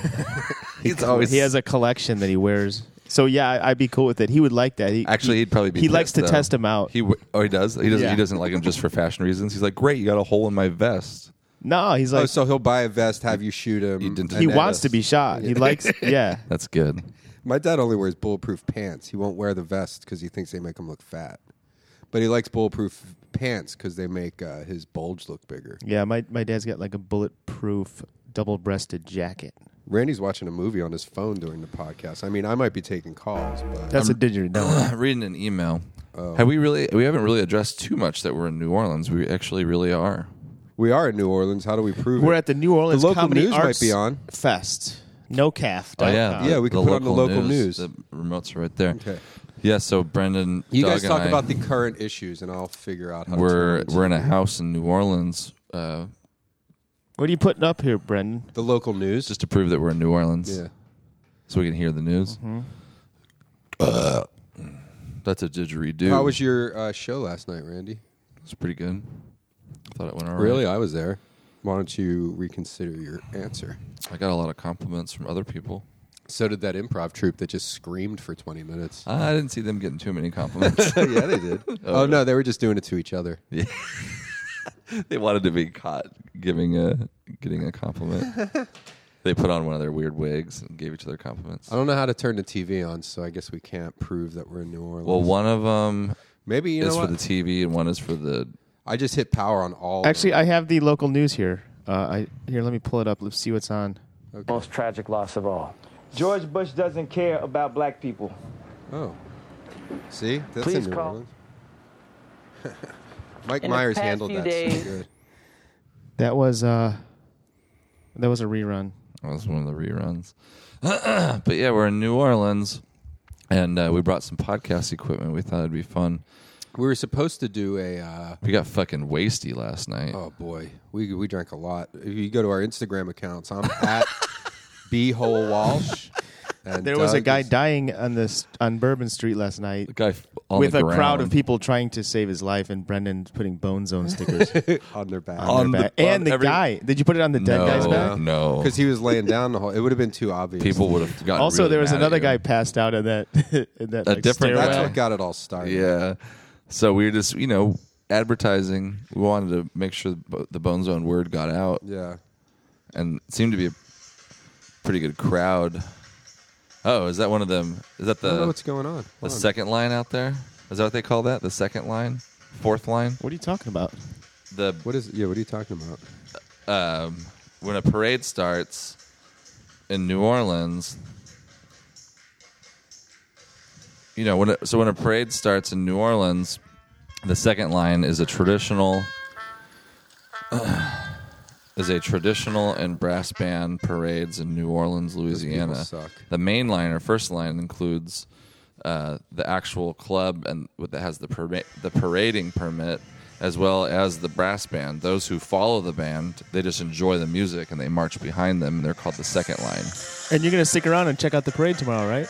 Speaker 1: He's always-
Speaker 11: he has a collection that he wears. So yeah, I- I'd be cool with it. He would like that. He,
Speaker 1: Actually, he'd probably be.
Speaker 11: He likes
Speaker 1: pissed,
Speaker 11: to
Speaker 1: though.
Speaker 11: test him out.
Speaker 1: He w- oh he does he doesn't
Speaker 11: Yeah.
Speaker 1: he doesn't like him just for fashion reasons. He's like great you got a hole in my vest.
Speaker 11: No, he's
Speaker 4: oh,
Speaker 11: like
Speaker 4: so he'll buy a vest, have you shoot him.
Speaker 11: he wants to be shot. He likes yeah.
Speaker 1: That's good.
Speaker 4: My dad only wears bulletproof pants. He won't wear the vest because he thinks they make him look fat. But he likes bulletproof pants because they make uh, his bulge look bigger.
Speaker 11: Yeah, my, my dad's got like a bulletproof double breasted jacket.
Speaker 4: Randy's watching a movie on his phone during the podcast. I mean, I might be taking calls, but
Speaker 1: I'm- reading an email. Have we really? We haven't really addressed too much that we're in New Orleans. We actually really are.
Speaker 4: We are in New Orleans. How do we prove
Speaker 11: We're at the New Orleans
Speaker 4: The local
Speaker 11: Comedy
Speaker 4: news
Speaker 11: Arts
Speaker 4: might be on.
Speaker 11: Fest. No calf.
Speaker 1: Oh yeah,
Speaker 4: Yeah, we can put on the local news.
Speaker 1: The remotes are right there. Okay. Yeah. So Brendan,
Speaker 4: You
Speaker 1: Doug,
Speaker 4: guys
Speaker 1: and
Speaker 4: talk
Speaker 1: I-
Speaker 4: about the current issues, and I'll figure out how.
Speaker 1: We're
Speaker 4: to turn it
Speaker 1: we're in a
Speaker 4: into-
Speaker 1: house in New Orleans. Uh,
Speaker 11: What are you putting up here, Brendan?
Speaker 4: The local news.
Speaker 1: just to prove that we're in New Orleans.
Speaker 4: Yeah.
Speaker 1: So we can hear the news. Uh, That's a didgeridoo.
Speaker 4: How was your uh, show last night, Randy?
Speaker 1: It's pretty good. I thought it went all right.
Speaker 4: Really, I was there. Why don't you reconsider your answer?
Speaker 1: I got a lot of compliments from other people.
Speaker 4: So did that improv troupe that just screamed for twenty minutes.
Speaker 1: Ah, I didn't see them getting too many compliments.
Speaker 4: yeah, they did. Oh, no, they were just doing it to each other.
Speaker 1: uh, Yeah. they wanted to be caught giving a getting a compliment. they put on one of their weird wigs and gave each other compliments.
Speaker 4: I don't know how to turn the TV on, so I guess we can't prove that we're in New Orleans.
Speaker 1: Well, one of them
Speaker 4: Maybe you
Speaker 1: is
Speaker 4: know
Speaker 1: for
Speaker 4: what?
Speaker 1: the TV and one is for the.
Speaker 4: I just hit power on all. of
Speaker 11: Actually, I have the local news here. Uh, I here, let me pull it up. Let's see what's on.
Speaker 13: Most tragic loss of all. George Bush doesn't care about black people.
Speaker 4: Oh. See, that's
Speaker 13: Please
Speaker 4: in New
Speaker 13: call-
Speaker 4: Orleans. Mike
Speaker 13: In the
Speaker 4: Myers
Speaker 13: past
Speaker 4: handled
Speaker 13: few
Speaker 4: that so
Speaker 13: days-
Speaker 4: good.
Speaker 11: That was uh, that was a rerun.
Speaker 1: That was one of the reruns. but yeah, we're in New Orleans, and uh, we brought some podcast equipment. We thought it'd be fun.
Speaker 4: We were supposed to do a. Uh,
Speaker 1: We got fucking wasty last night.
Speaker 4: oh boy, we we drank a lot. If you go to our Instagram accounts, I'm at bhole Walsh. And
Speaker 11: There was a
Speaker 4: Doug
Speaker 11: guy
Speaker 4: is-
Speaker 11: dying on this on Bourbon Street last night.
Speaker 1: guy f- on
Speaker 11: with
Speaker 1: the
Speaker 11: a crowd
Speaker 1: ground.
Speaker 11: of people trying to save his life, and Brendan putting bone zone stickers
Speaker 4: on their back.
Speaker 11: on, their back. and the
Speaker 1: every-
Speaker 11: guy. Did you put it on the dead
Speaker 1: No,
Speaker 11: guy's back?
Speaker 1: no.
Speaker 4: because he was laying down the whole. It would have been too obvious.
Speaker 1: People would have gotten.
Speaker 11: Also,
Speaker 1: really
Speaker 11: there was
Speaker 1: mad at
Speaker 11: another
Speaker 1: you.
Speaker 11: guy passed out in that in that
Speaker 1: A
Speaker 11: like,
Speaker 1: different
Speaker 11: stairwell.
Speaker 4: That's what got it all started.
Speaker 1: Yeah. So we were just, you know, advertising. We wanted to make sure the Bone Zone word got out,
Speaker 4: Yeah.
Speaker 1: and it seemed to be a pretty good crowd. Oh, is that one of them? Is that
Speaker 4: I don't know
Speaker 1: the
Speaker 4: what's going on.
Speaker 1: the
Speaker 4: Hold on.
Speaker 1: second line out there? Is that what they call that? The second line, fourth line.
Speaker 11: What are you talking about?
Speaker 1: The
Speaker 4: What is? Yeah. What are you talking about?
Speaker 1: um, when a parade starts in New Orleans, you know, when it, so when a parade starts in New Orleans, the second line is a traditional is a traditional and brass band parades in New Orleans, Louisiana.
Speaker 4: suck.
Speaker 1: The main line or first line includes uh, the actual club and with- that has the permit, the parading permit, as well as the brass band. Those who follow the band, they just enjoy the music and they march behind them. And they're called the second line.
Speaker 11: And you're gonna stick around and check out the parade tomorrow, right?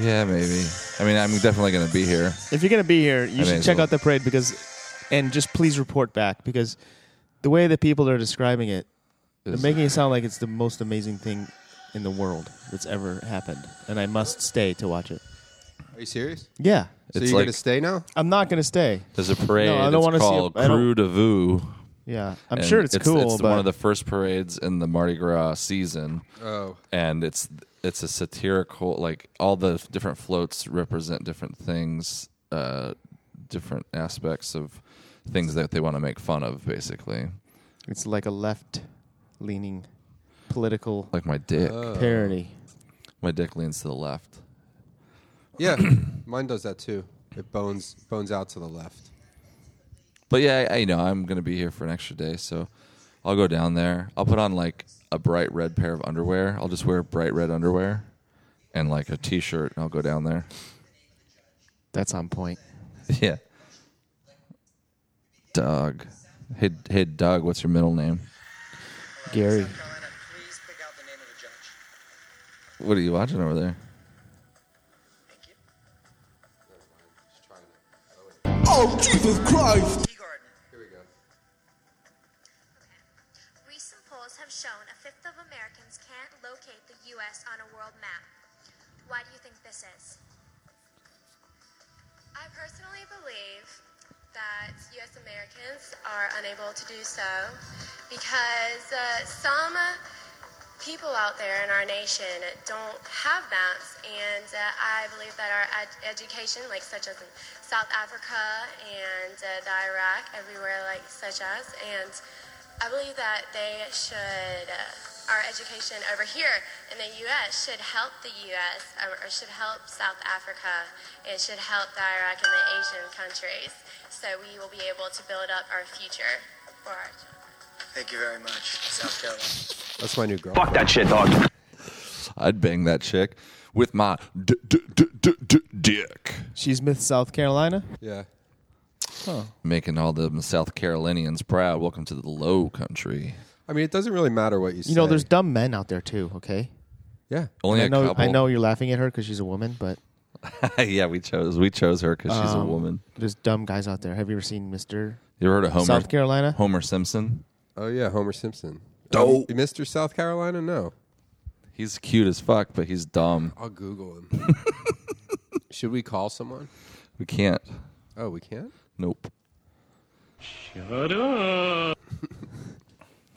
Speaker 1: Yeah, maybe. I mean, I'm definitely going to be here.
Speaker 11: If you're gonna be here,
Speaker 1: I
Speaker 11: you
Speaker 1: may
Speaker 11: should
Speaker 1: as
Speaker 11: check
Speaker 1: well.
Speaker 11: out the parade because, and just please report back because the way that people are describing it, they're
Speaker 1: Is-
Speaker 11: making it sound like it's the most amazing thing in the world that's ever happened, and I must stay to watch it.
Speaker 4: Are you serious?
Speaker 11: Yeah,
Speaker 4: So
Speaker 1: It's
Speaker 4: you're
Speaker 1: like-
Speaker 4: gonna stay now?
Speaker 11: I'm not gonna stay.
Speaker 1: There's a parade.
Speaker 11: No, I
Speaker 1: I
Speaker 11: don't
Speaker 1: it's
Speaker 11: wanna see a-
Speaker 1: called
Speaker 11: I don't-
Speaker 1: Crew de Vue.
Speaker 11: Yeah, I'm
Speaker 1: And
Speaker 11: sure it's, cool,
Speaker 1: It's
Speaker 11: but
Speaker 1: one of the first parades in the Mardi Gras season.
Speaker 4: Oh.
Speaker 1: and it's it's a satirical like all the different floats represent different things, uh, different aspects of things that they want to make fun of, basically.
Speaker 11: it's like a left-leaning political
Speaker 1: like my dick
Speaker 11: Oh. parody.
Speaker 1: My dick leans to the left.
Speaker 4: Yeah, mine does that too. It bones bones out to the left.
Speaker 1: But yeah, I, I- you know, I'm gonna be here for an extra day, so I'll go down there. I'll put on like a bright red pair of underwear. I'll just wear bright red underwear and like a t-shirt, and I'll go down there.
Speaker 11: That's on point.
Speaker 1: Yeah. Doug. Hey, hey, Doug. What's your middle name?
Speaker 11: Gary.
Speaker 1: What are you watching over there?
Speaker 2: Oh, Jesus Christ!
Speaker 3: Recent polls have shown a fifth of Americans can't locate the U.S. on a world map. Why do you think this is?
Speaker 14: I personally believe that U.S. Americans are unable to do so because uh, some people out there in our nation don't have maps, and uh, I believe that our ed- education, like such as in South Africa and uh, the Iraq, everywhere like such as, and I believe that they should. Uh, our education over here in the U.S. should help the U.S. or or should help South Africa. It should help the Iraq and the Asian countries, so we will be able to build up our future for our
Speaker 12: Thank you very much, South Carolina.
Speaker 4: That's my new girl.
Speaker 1: Fuck that shit, dog. I'd bang that chick with my d- d- d- d- d- dick.
Speaker 11: She's Myth, South Carolina.
Speaker 4: Yeah.
Speaker 11: Huh.
Speaker 1: Making all the South Carolinians proud. Welcome to the low country.
Speaker 4: I mean, it doesn't really matter what you, say.
Speaker 11: You know, there's dumb men out there too. Okay.
Speaker 4: Yeah.
Speaker 1: Only
Speaker 11: And I
Speaker 1: a
Speaker 11: know. I
Speaker 1: couple.
Speaker 11: know you're laughing at her because she's a woman, but
Speaker 1: yeah, we chose we chose her because she's a
Speaker 11: um,
Speaker 1: woman.
Speaker 11: There's dumb guys out there. Have you ever seen Mister?
Speaker 1: You ever heard of Homer?
Speaker 11: South Carolina.
Speaker 1: Homer Simpson.
Speaker 4: Oh yeah, Homer Simpson.
Speaker 1: Dope.
Speaker 4: Um, Mr. South Carolina? No.
Speaker 1: He's cute as fuck, but he's dumb.
Speaker 4: I'll Google him. Should we call someone?
Speaker 1: We can't.
Speaker 4: Oh, we can't?
Speaker 1: Nope.
Speaker 4: Shut up.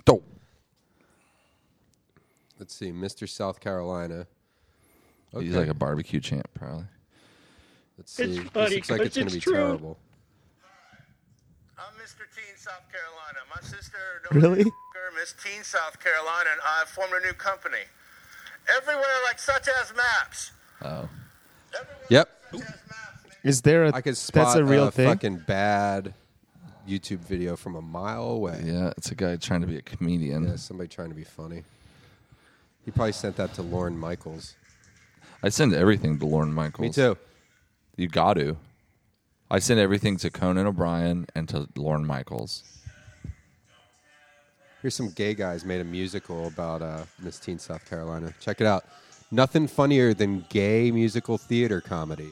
Speaker 1: Dope.
Speaker 4: Let's see, Mr. South Carolina.
Speaker 1: He's like a barbecue champ, probably.
Speaker 4: Let's see.
Speaker 2: It's
Speaker 4: this
Speaker 2: funny
Speaker 4: looks like
Speaker 2: 'cause
Speaker 4: it's going
Speaker 2: it's
Speaker 4: to be
Speaker 2: true.
Speaker 4: terrible.
Speaker 15: I'm Mr. Teen South Carolina. My sister,
Speaker 4: Really?
Speaker 15: Miss Teen South Carolina, and I formed a new company. Everywhere, like such as maps.
Speaker 1: Oh.
Speaker 4: Yep.
Speaker 11: Is there a?
Speaker 4: I could spot
Speaker 11: that's a real thing.
Speaker 4: fucking bad YouTube video from a mile away.
Speaker 1: Yeah, it's a guy trying to be a comedian.
Speaker 4: Yeah, somebody trying to be funny. He probably sent that to Lauren Michaels.
Speaker 1: I send everything to Lauren Michaels.
Speaker 4: Me too.
Speaker 1: You got to. I send everything to Conan O'Brien and to Lauren Michaels.
Speaker 4: Here's some gay guys made a musical about uh, Miss Teen South Carolina. Check it out. Nothing funnier than gay musical theater comedy.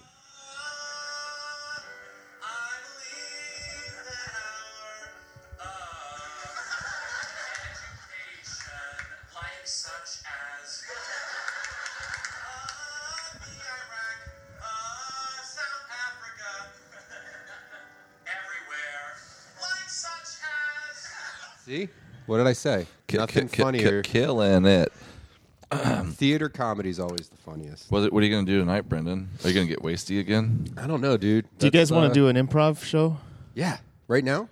Speaker 4: See? What did I say?
Speaker 1: Ki-
Speaker 4: Nothing
Speaker 1: ki- ki- ki-
Speaker 4: funnier.
Speaker 1: killing it.
Speaker 4: theater comedy is always the funniest.
Speaker 1: What, what are you going to do tonight, Brendan? Are you going to get wasty again?
Speaker 4: I don't know, dude.
Speaker 11: Do you guys want to
Speaker 4: do it?
Speaker 11: do an improv show?
Speaker 4: Yeah. Right now?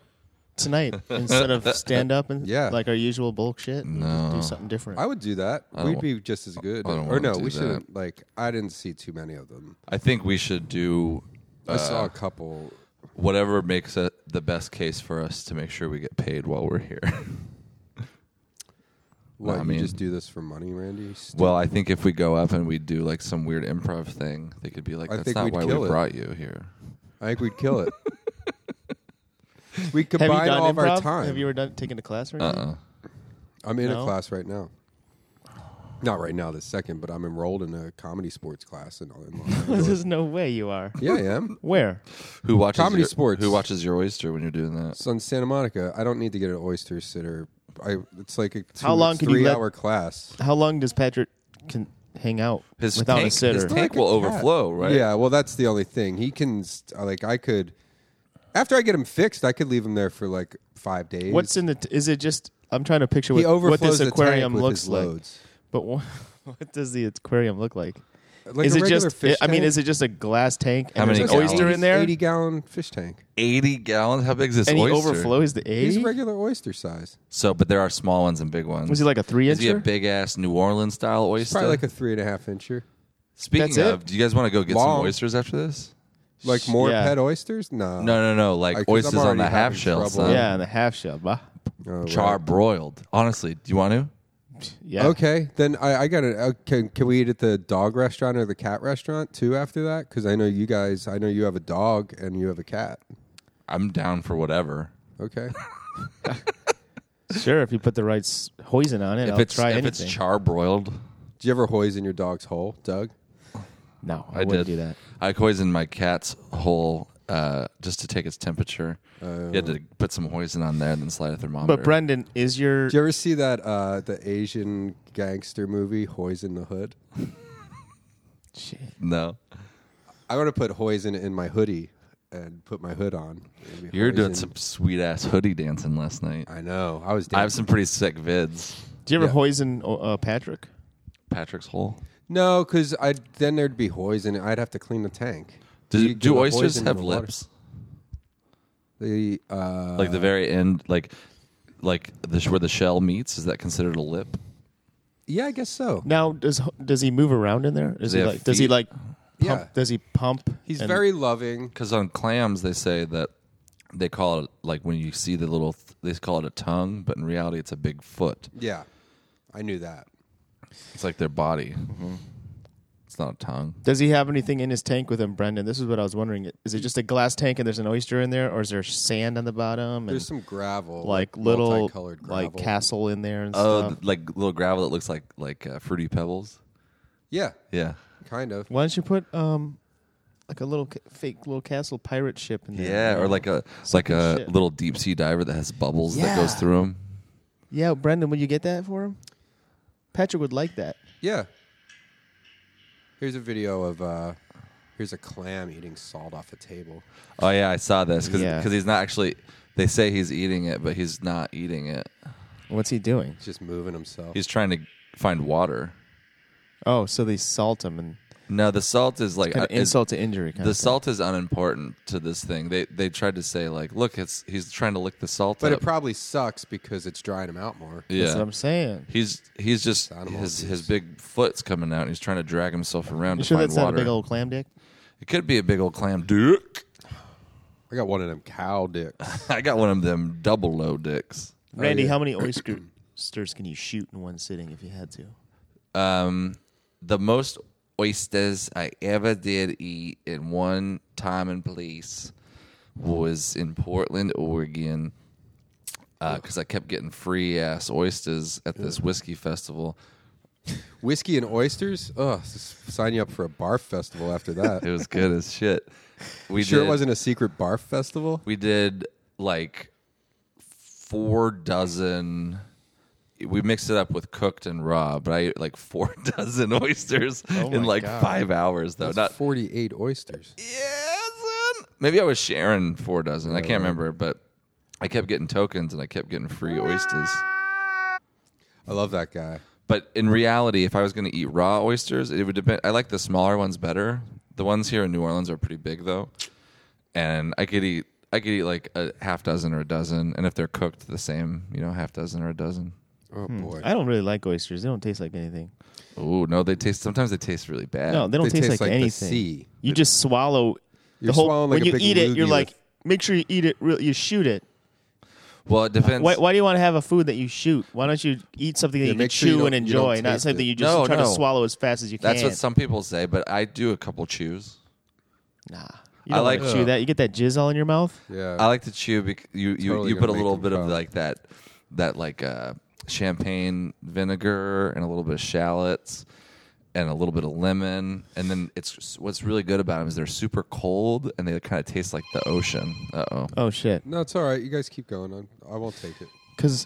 Speaker 11: Tonight instead of stand up and
Speaker 4: Yeah.
Speaker 11: like our usual bullshit. and just
Speaker 4: No.
Speaker 11: do something different.
Speaker 4: I would do that.
Speaker 1: I
Speaker 4: We'd
Speaker 1: don't-
Speaker 4: be just as good.
Speaker 1: I don't
Speaker 4: or
Speaker 1: wanna
Speaker 4: no,
Speaker 1: do
Speaker 4: we
Speaker 1: that.
Speaker 4: shouldn't. Like, I didn't see too many of them.
Speaker 1: I think we should do.
Speaker 4: I
Speaker 11: Uh,
Speaker 4: saw a couple.
Speaker 1: Whatever makes it the best case for us to make sure we get paid while we're here.
Speaker 4: What,
Speaker 1: I
Speaker 4: you
Speaker 1: mean-
Speaker 4: just do this for money, Randy? You stupid-
Speaker 1: well, I think if we go up and we do like some weird improv thing, they could be like,
Speaker 4: I
Speaker 1: "That's
Speaker 4: think
Speaker 1: not
Speaker 4: we'd
Speaker 1: why we
Speaker 4: kill it."
Speaker 1: brought you here."
Speaker 4: I think we'd kill it. we
Speaker 11: Have you
Speaker 4: combine
Speaker 11: done
Speaker 4: all of our
Speaker 11: improv?
Speaker 4: time.
Speaker 11: Have you ever done taken a class or anything?
Speaker 1: Uh-uh.
Speaker 4: I'm in a
Speaker 11: No?
Speaker 4: class right now. Not right now, this second, but I'm enrolled in a comedy sports class. In, in Los Angeles.
Speaker 11: There's no way you are.
Speaker 4: yeah, I am.
Speaker 11: Where?
Speaker 1: Who watches
Speaker 4: Comedy
Speaker 1: your,
Speaker 4: sports.
Speaker 1: Who watches your oyster when you're doing that?
Speaker 4: It's on Santa Monica. I don't need to get an oyster sitter. I, it's like a two,
Speaker 11: How long can you
Speaker 4: three
Speaker 11: let-
Speaker 4: hour class.
Speaker 11: How long does Patrick can hang out
Speaker 1: His
Speaker 11: without
Speaker 1: tank-
Speaker 11: a sitter?
Speaker 1: his tank will overflow, right?
Speaker 4: Yeah, well, that's the only thing. He can, st- like, I could, after I get him fixed, I could leave him there for like five days.
Speaker 11: What's in the? T- is it just? I'm trying to picture
Speaker 4: He
Speaker 11: what, what
Speaker 4: overflows
Speaker 11: this
Speaker 4: the tank
Speaker 11: aquarium
Speaker 4: with
Speaker 11: looks
Speaker 4: his
Speaker 11: like.
Speaker 4: loads.
Speaker 11: But what, what does the aquarium look like?
Speaker 4: like
Speaker 11: is
Speaker 4: a
Speaker 11: it
Speaker 4: regular
Speaker 11: just?
Speaker 4: fish
Speaker 11: I mean,
Speaker 4: tank?
Speaker 11: is it just a glass tank?
Speaker 1: How
Speaker 11: and
Speaker 1: many
Speaker 11: there's an oyster
Speaker 1: gallons?
Speaker 11: in there?
Speaker 4: Eighty gallon fish tank.
Speaker 1: 80 gallons? How big is this
Speaker 11: And he
Speaker 1: oyster?
Speaker 11: overflows the
Speaker 4: He's
Speaker 11: eighty.
Speaker 4: regular oyster size.
Speaker 1: So, but there are small ones and big ones.
Speaker 11: Was he like a
Speaker 1: Is he a
Speaker 11: three-incher?
Speaker 1: big ass New Orleans style
Speaker 4: It's
Speaker 1: oyster?
Speaker 4: probably like a three and a half incher.
Speaker 1: Speaking
Speaker 4: That's
Speaker 1: of,
Speaker 4: it?
Speaker 1: do you guys want to go get
Speaker 4: Long.
Speaker 1: some oysters after this?
Speaker 4: Like more
Speaker 1: Yeah.
Speaker 4: pet oysters? Oh, No.
Speaker 1: No, no, no. Like
Speaker 4: Like, 'cause I'm
Speaker 1: oysters on
Speaker 4: already
Speaker 1: the half
Speaker 4: having
Speaker 1: shell,
Speaker 4: trouble.
Speaker 1: son.
Speaker 11: Yeah, and a half shell. Bah.
Speaker 1: Char broiled. Honestly, do you want to?
Speaker 11: Yeah.
Speaker 4: Okay, then I, I got it. Uh, can, can we eat at the dog restaurant or the cat restaurant too after that? Because I know you guys, I know you have a dog and you have a cat.
Speaker 1: I'm down for whatever.
Speaker 4: Okay.
Speaker 11: Sure, if you put the right s- hoisin on it,
Speaker 1: If
Speaker 11: I'll
Speaker 1: it's-
Speaker 11: try
Speaker 1: if it's
Speaker 11: anything.
Speaker 1: char broiled,
Speaker 4: Do you ever hoisin your dog's hole, Doug?
Speaker 11: No, I,
Speaker 1: I did
Speaker 11: wouldn't do that.
Speaker 1: I poisoned my cat's hole uh, just to take its temperature. you had to
Speaker 4: Oh.
Speaker 1: put some hoisin on there, then slide a thermometer.
Speaker 11: But Brendan, is your
Speaker 4: Do you ever see that uh, the Asian gangster movie Hoisin the Hood?
Speaker 1: no,
Speaker 4: I want to put hoisin in my hoodie and put my hood on. It'd be
Speaker 1: you were doing
Speaker 4: hoisin.
Speaker 1: some sweet ass hoodie dancing last night.
Speaker 4: I know. I was.
Speaker 1: I have some pretty sick vids.
Speaker 11: do you ever
Speaker 4: Yeah.
Speaker 11: hoisin uh, Patrick?
Speaker 1: Patrick's hole.
Speaker 4: No, because I then there'd be hoisin. I'd have to clean the tank.
Speaker 1: Do,
Speaker 4: You
Speaker 1: do
Speaker 4: get a
Speaker 1: oysters
Speaker 4: hoisin in
Speaker 1: have
Speaker 4: the water.
Speaker 1: lips?
Speaker 4: The uh,
Speaker 1: like the very end, like like the sh- where the shell meets. Is that considered a lip?
Speaker 4: yeah, I guess so.
Speaker 11: Now does does he move around in there?
Speaker 1: Does
Speaker 11: Is
Speaker 1: he
Speaker 11: he
Speaker 1: have
Speaker 11: like does he
Speaker 1: feet?
Speaker 11: like pump,
Speaker 4: Yeah.
Speaker 11: does he pump?
Speaker 4: He's
Speaker 11: and-
Speaker 4: very loving.
Speaker 1: Because on clams they say that they call it like when you see the little th- they call it a tongue, but in reality it's a big foot.
Speaker 4: Yeah, I knew that.
Speaker 1: It's like their body. It's not a tongue.
Speaker 11: Does he have anything in his tank with him, Brendan? This is what I was wondering. Is it just a glass tank and there's an oyster in there, or is there sand on the bottom? And
Speaker 4: There's some gravel,
Speaker 11: like little
Speaker 4: multicolored gravel.
Speaker 11: like castle in there and
Speaker 1: Oh,
Speaker 11: stuff.
Speaker 1: th- like little gravel that looks like like uh, fruity pebbles.
Speaker 4: Yeah,
Speaker 1: Yeah,
Speaker 4: kind of.
Speaker 11: Why don't you put um like a little ca- fake little castle pirate ship in there?
Speaker 1: yeah, or like a like a little deep sea diver that has bubbles that goes
Speaker 11: Yeah.
Speaker 1: through them.
Speaker 11: yeah, Brendan, would you get that for him? Patrick would like that.
Speaker 4: Yeah. Here's a video of uh, here's a clam eating salt off a table.
Speaker 1: Oh yeah, I saw this because
Speaker 11: Yeah.
Speaker 1: he's not actually. They say he's eating it, but he's not eating it.
Speaker 11: What's he doing?
Speaker 4: He's just moving himself.
Speaker 1: He's trying to find water.
Speaker 11: Oh, so they salt him and
Speaker 1: No, the salt is like
Speaker 11: kind of
Speaker 1: uh, is-
Speaker 11: insult to injury. Kind
Speaker 1: the
Speaker 11: of thing.
Speaker 1: salt is unimportant to this thing. They they tried to say like, look, it's he's trying to lick the salt
Speaker 4: but
Speaker 1: up.
Speaker 4: it probably suabs because it's drying him out more.
Speaker 1: yeah,
Speaker 11: That's what I'm saying.
Speaker 1: he's he's just
Speaker 4: animal
Speaker 1: his his big foot's coming out. and He's trying to drag himself around
Speaker 11: You
Speaker 1: to
Speaker 11: sure
Speaker 1: find
Speaker 11: that's
Speaker 1: water.
Speaker 11: not a big old clam dick?
Speaker 1: It could be a big old clam dick.
Speaker 4: I got one of them cow dicks.
Speaker 1: I got one of them double low dicks.
Speaker 11: Randy, how many oysters can you shoot in one sitting if you had to?
Speaker 1: Um, the most oysters I ever did eat in one time and place was in Portland, Oregon, because I kept getting free ass oysters at this whiskey festival.
Speaker 4: Whiskey and oysters. Ugh, s- sign you up for a barf festival after that.
Speaker 1: It was good as shit. We
Speaker 4: sure,
Speaker 1: did,
Speaker 4: it wasn't a secret barf festival.
Speaker 1: We did like four dozen. We mixed it up with cooked and raw, but I ate like four dozen oysters in
Speaker 11: Oh my
Speaker 1: like
Speaker 11: God.
Speaker 1: five hours, though.
Speaker 4: That's
Speaker 1: Not
Speaker 4: forty-eight oysters.
Speaker 1: Maybe I was sharing four dozen. I can't remember, but I kept getting tokens and I kept getting free oysters.
Speaker 4: I love that guy.
Speaker 1: But in reality, if I was going to eat raw oysters, it would depend. I like the smaller ones better. The ones here in New Orleans are pretty big though, and I could eat. I could eat like a half dozen or a dozen, and if they're cooked, the same. You know, half dozen or a dozen.
Speaker 4: Oh
Speaker 1: Hmm.
Speaker 4: boy.
Speaker 11: I don't really like oysters. They don't taste like anything.
Speaker 1: Oh no, they taste. Sometimes they taste really bad.
Speaker 11: No, they don't
Speaker 4: They
Speaker 11: taste,
Speaker 4: taste
Speaker 11: like,
Speaker 4: like the
Speaker 11: anything.
Speaker 4: sea.
Speaker 11: You just swallow the
Speaker 4: You're
Speaker 11: whole.
Speaker 4: swallowing like
Speaker 11: when
Speaker 4: a
Speaker 11: you
Speaker 4: big
Speaker 11: eat it, you're
Speaker 4: loogie
Speaker 11: like,
Speaker 4: with-
Speaker 11: make sure you eat it. Real, you shoot it.
Speaker 1: well, it depends.
Speaker 11: Why, why do you want to have a food that you shoot? Why don't you eat something that
Speaker 4: Yeah,
Speaker 11: you can
Speaker 4: make sure you
Speaker 11: chew
Speaker 4: don't-
Speaker 11: and
Speaker 4: you don't
Speaker 11: enjoy, not
Speaker 4: taste
Speaker 11: something
Speaker 4: it.
Speaker 11: you just
Speaker 1: No,
Speaker 11: try to
Speaker 1: no.
Speaker 11: swallow as fast as you can?
Speaker 1: That's what some people say, but I do a couple chews.
Speaker 11: Nah,
Speaker 1: I
Speaker 11: you don't wanna
Speaker 1: like-
Speaker 11: chew that. You get that jizz all in your mouth.
Speaker 4: Yeah.
Speaker 1: I like to chew. Bec- you you,
Speaker 4: Uh, Totally
Speaker 1: you put
Speaker 4: gonna
Speaker 1: a
Speaker 4: make
Speaker 1: little
Speaker 4: them
Speaker 1: bit of
Speaker 4: come.
Speaker 1: like that that like uh, champagne vinegar and a little bit of shallots and a little bit of lemon, and then it's what's really good about them is they're super cold and they kind of taste like the ocean. Uh oh.
Speaker 11: Oh shit!
Speaker 4: No, it's all right. You guys keep going. I'm, I won't take it.
Speaker 11: Because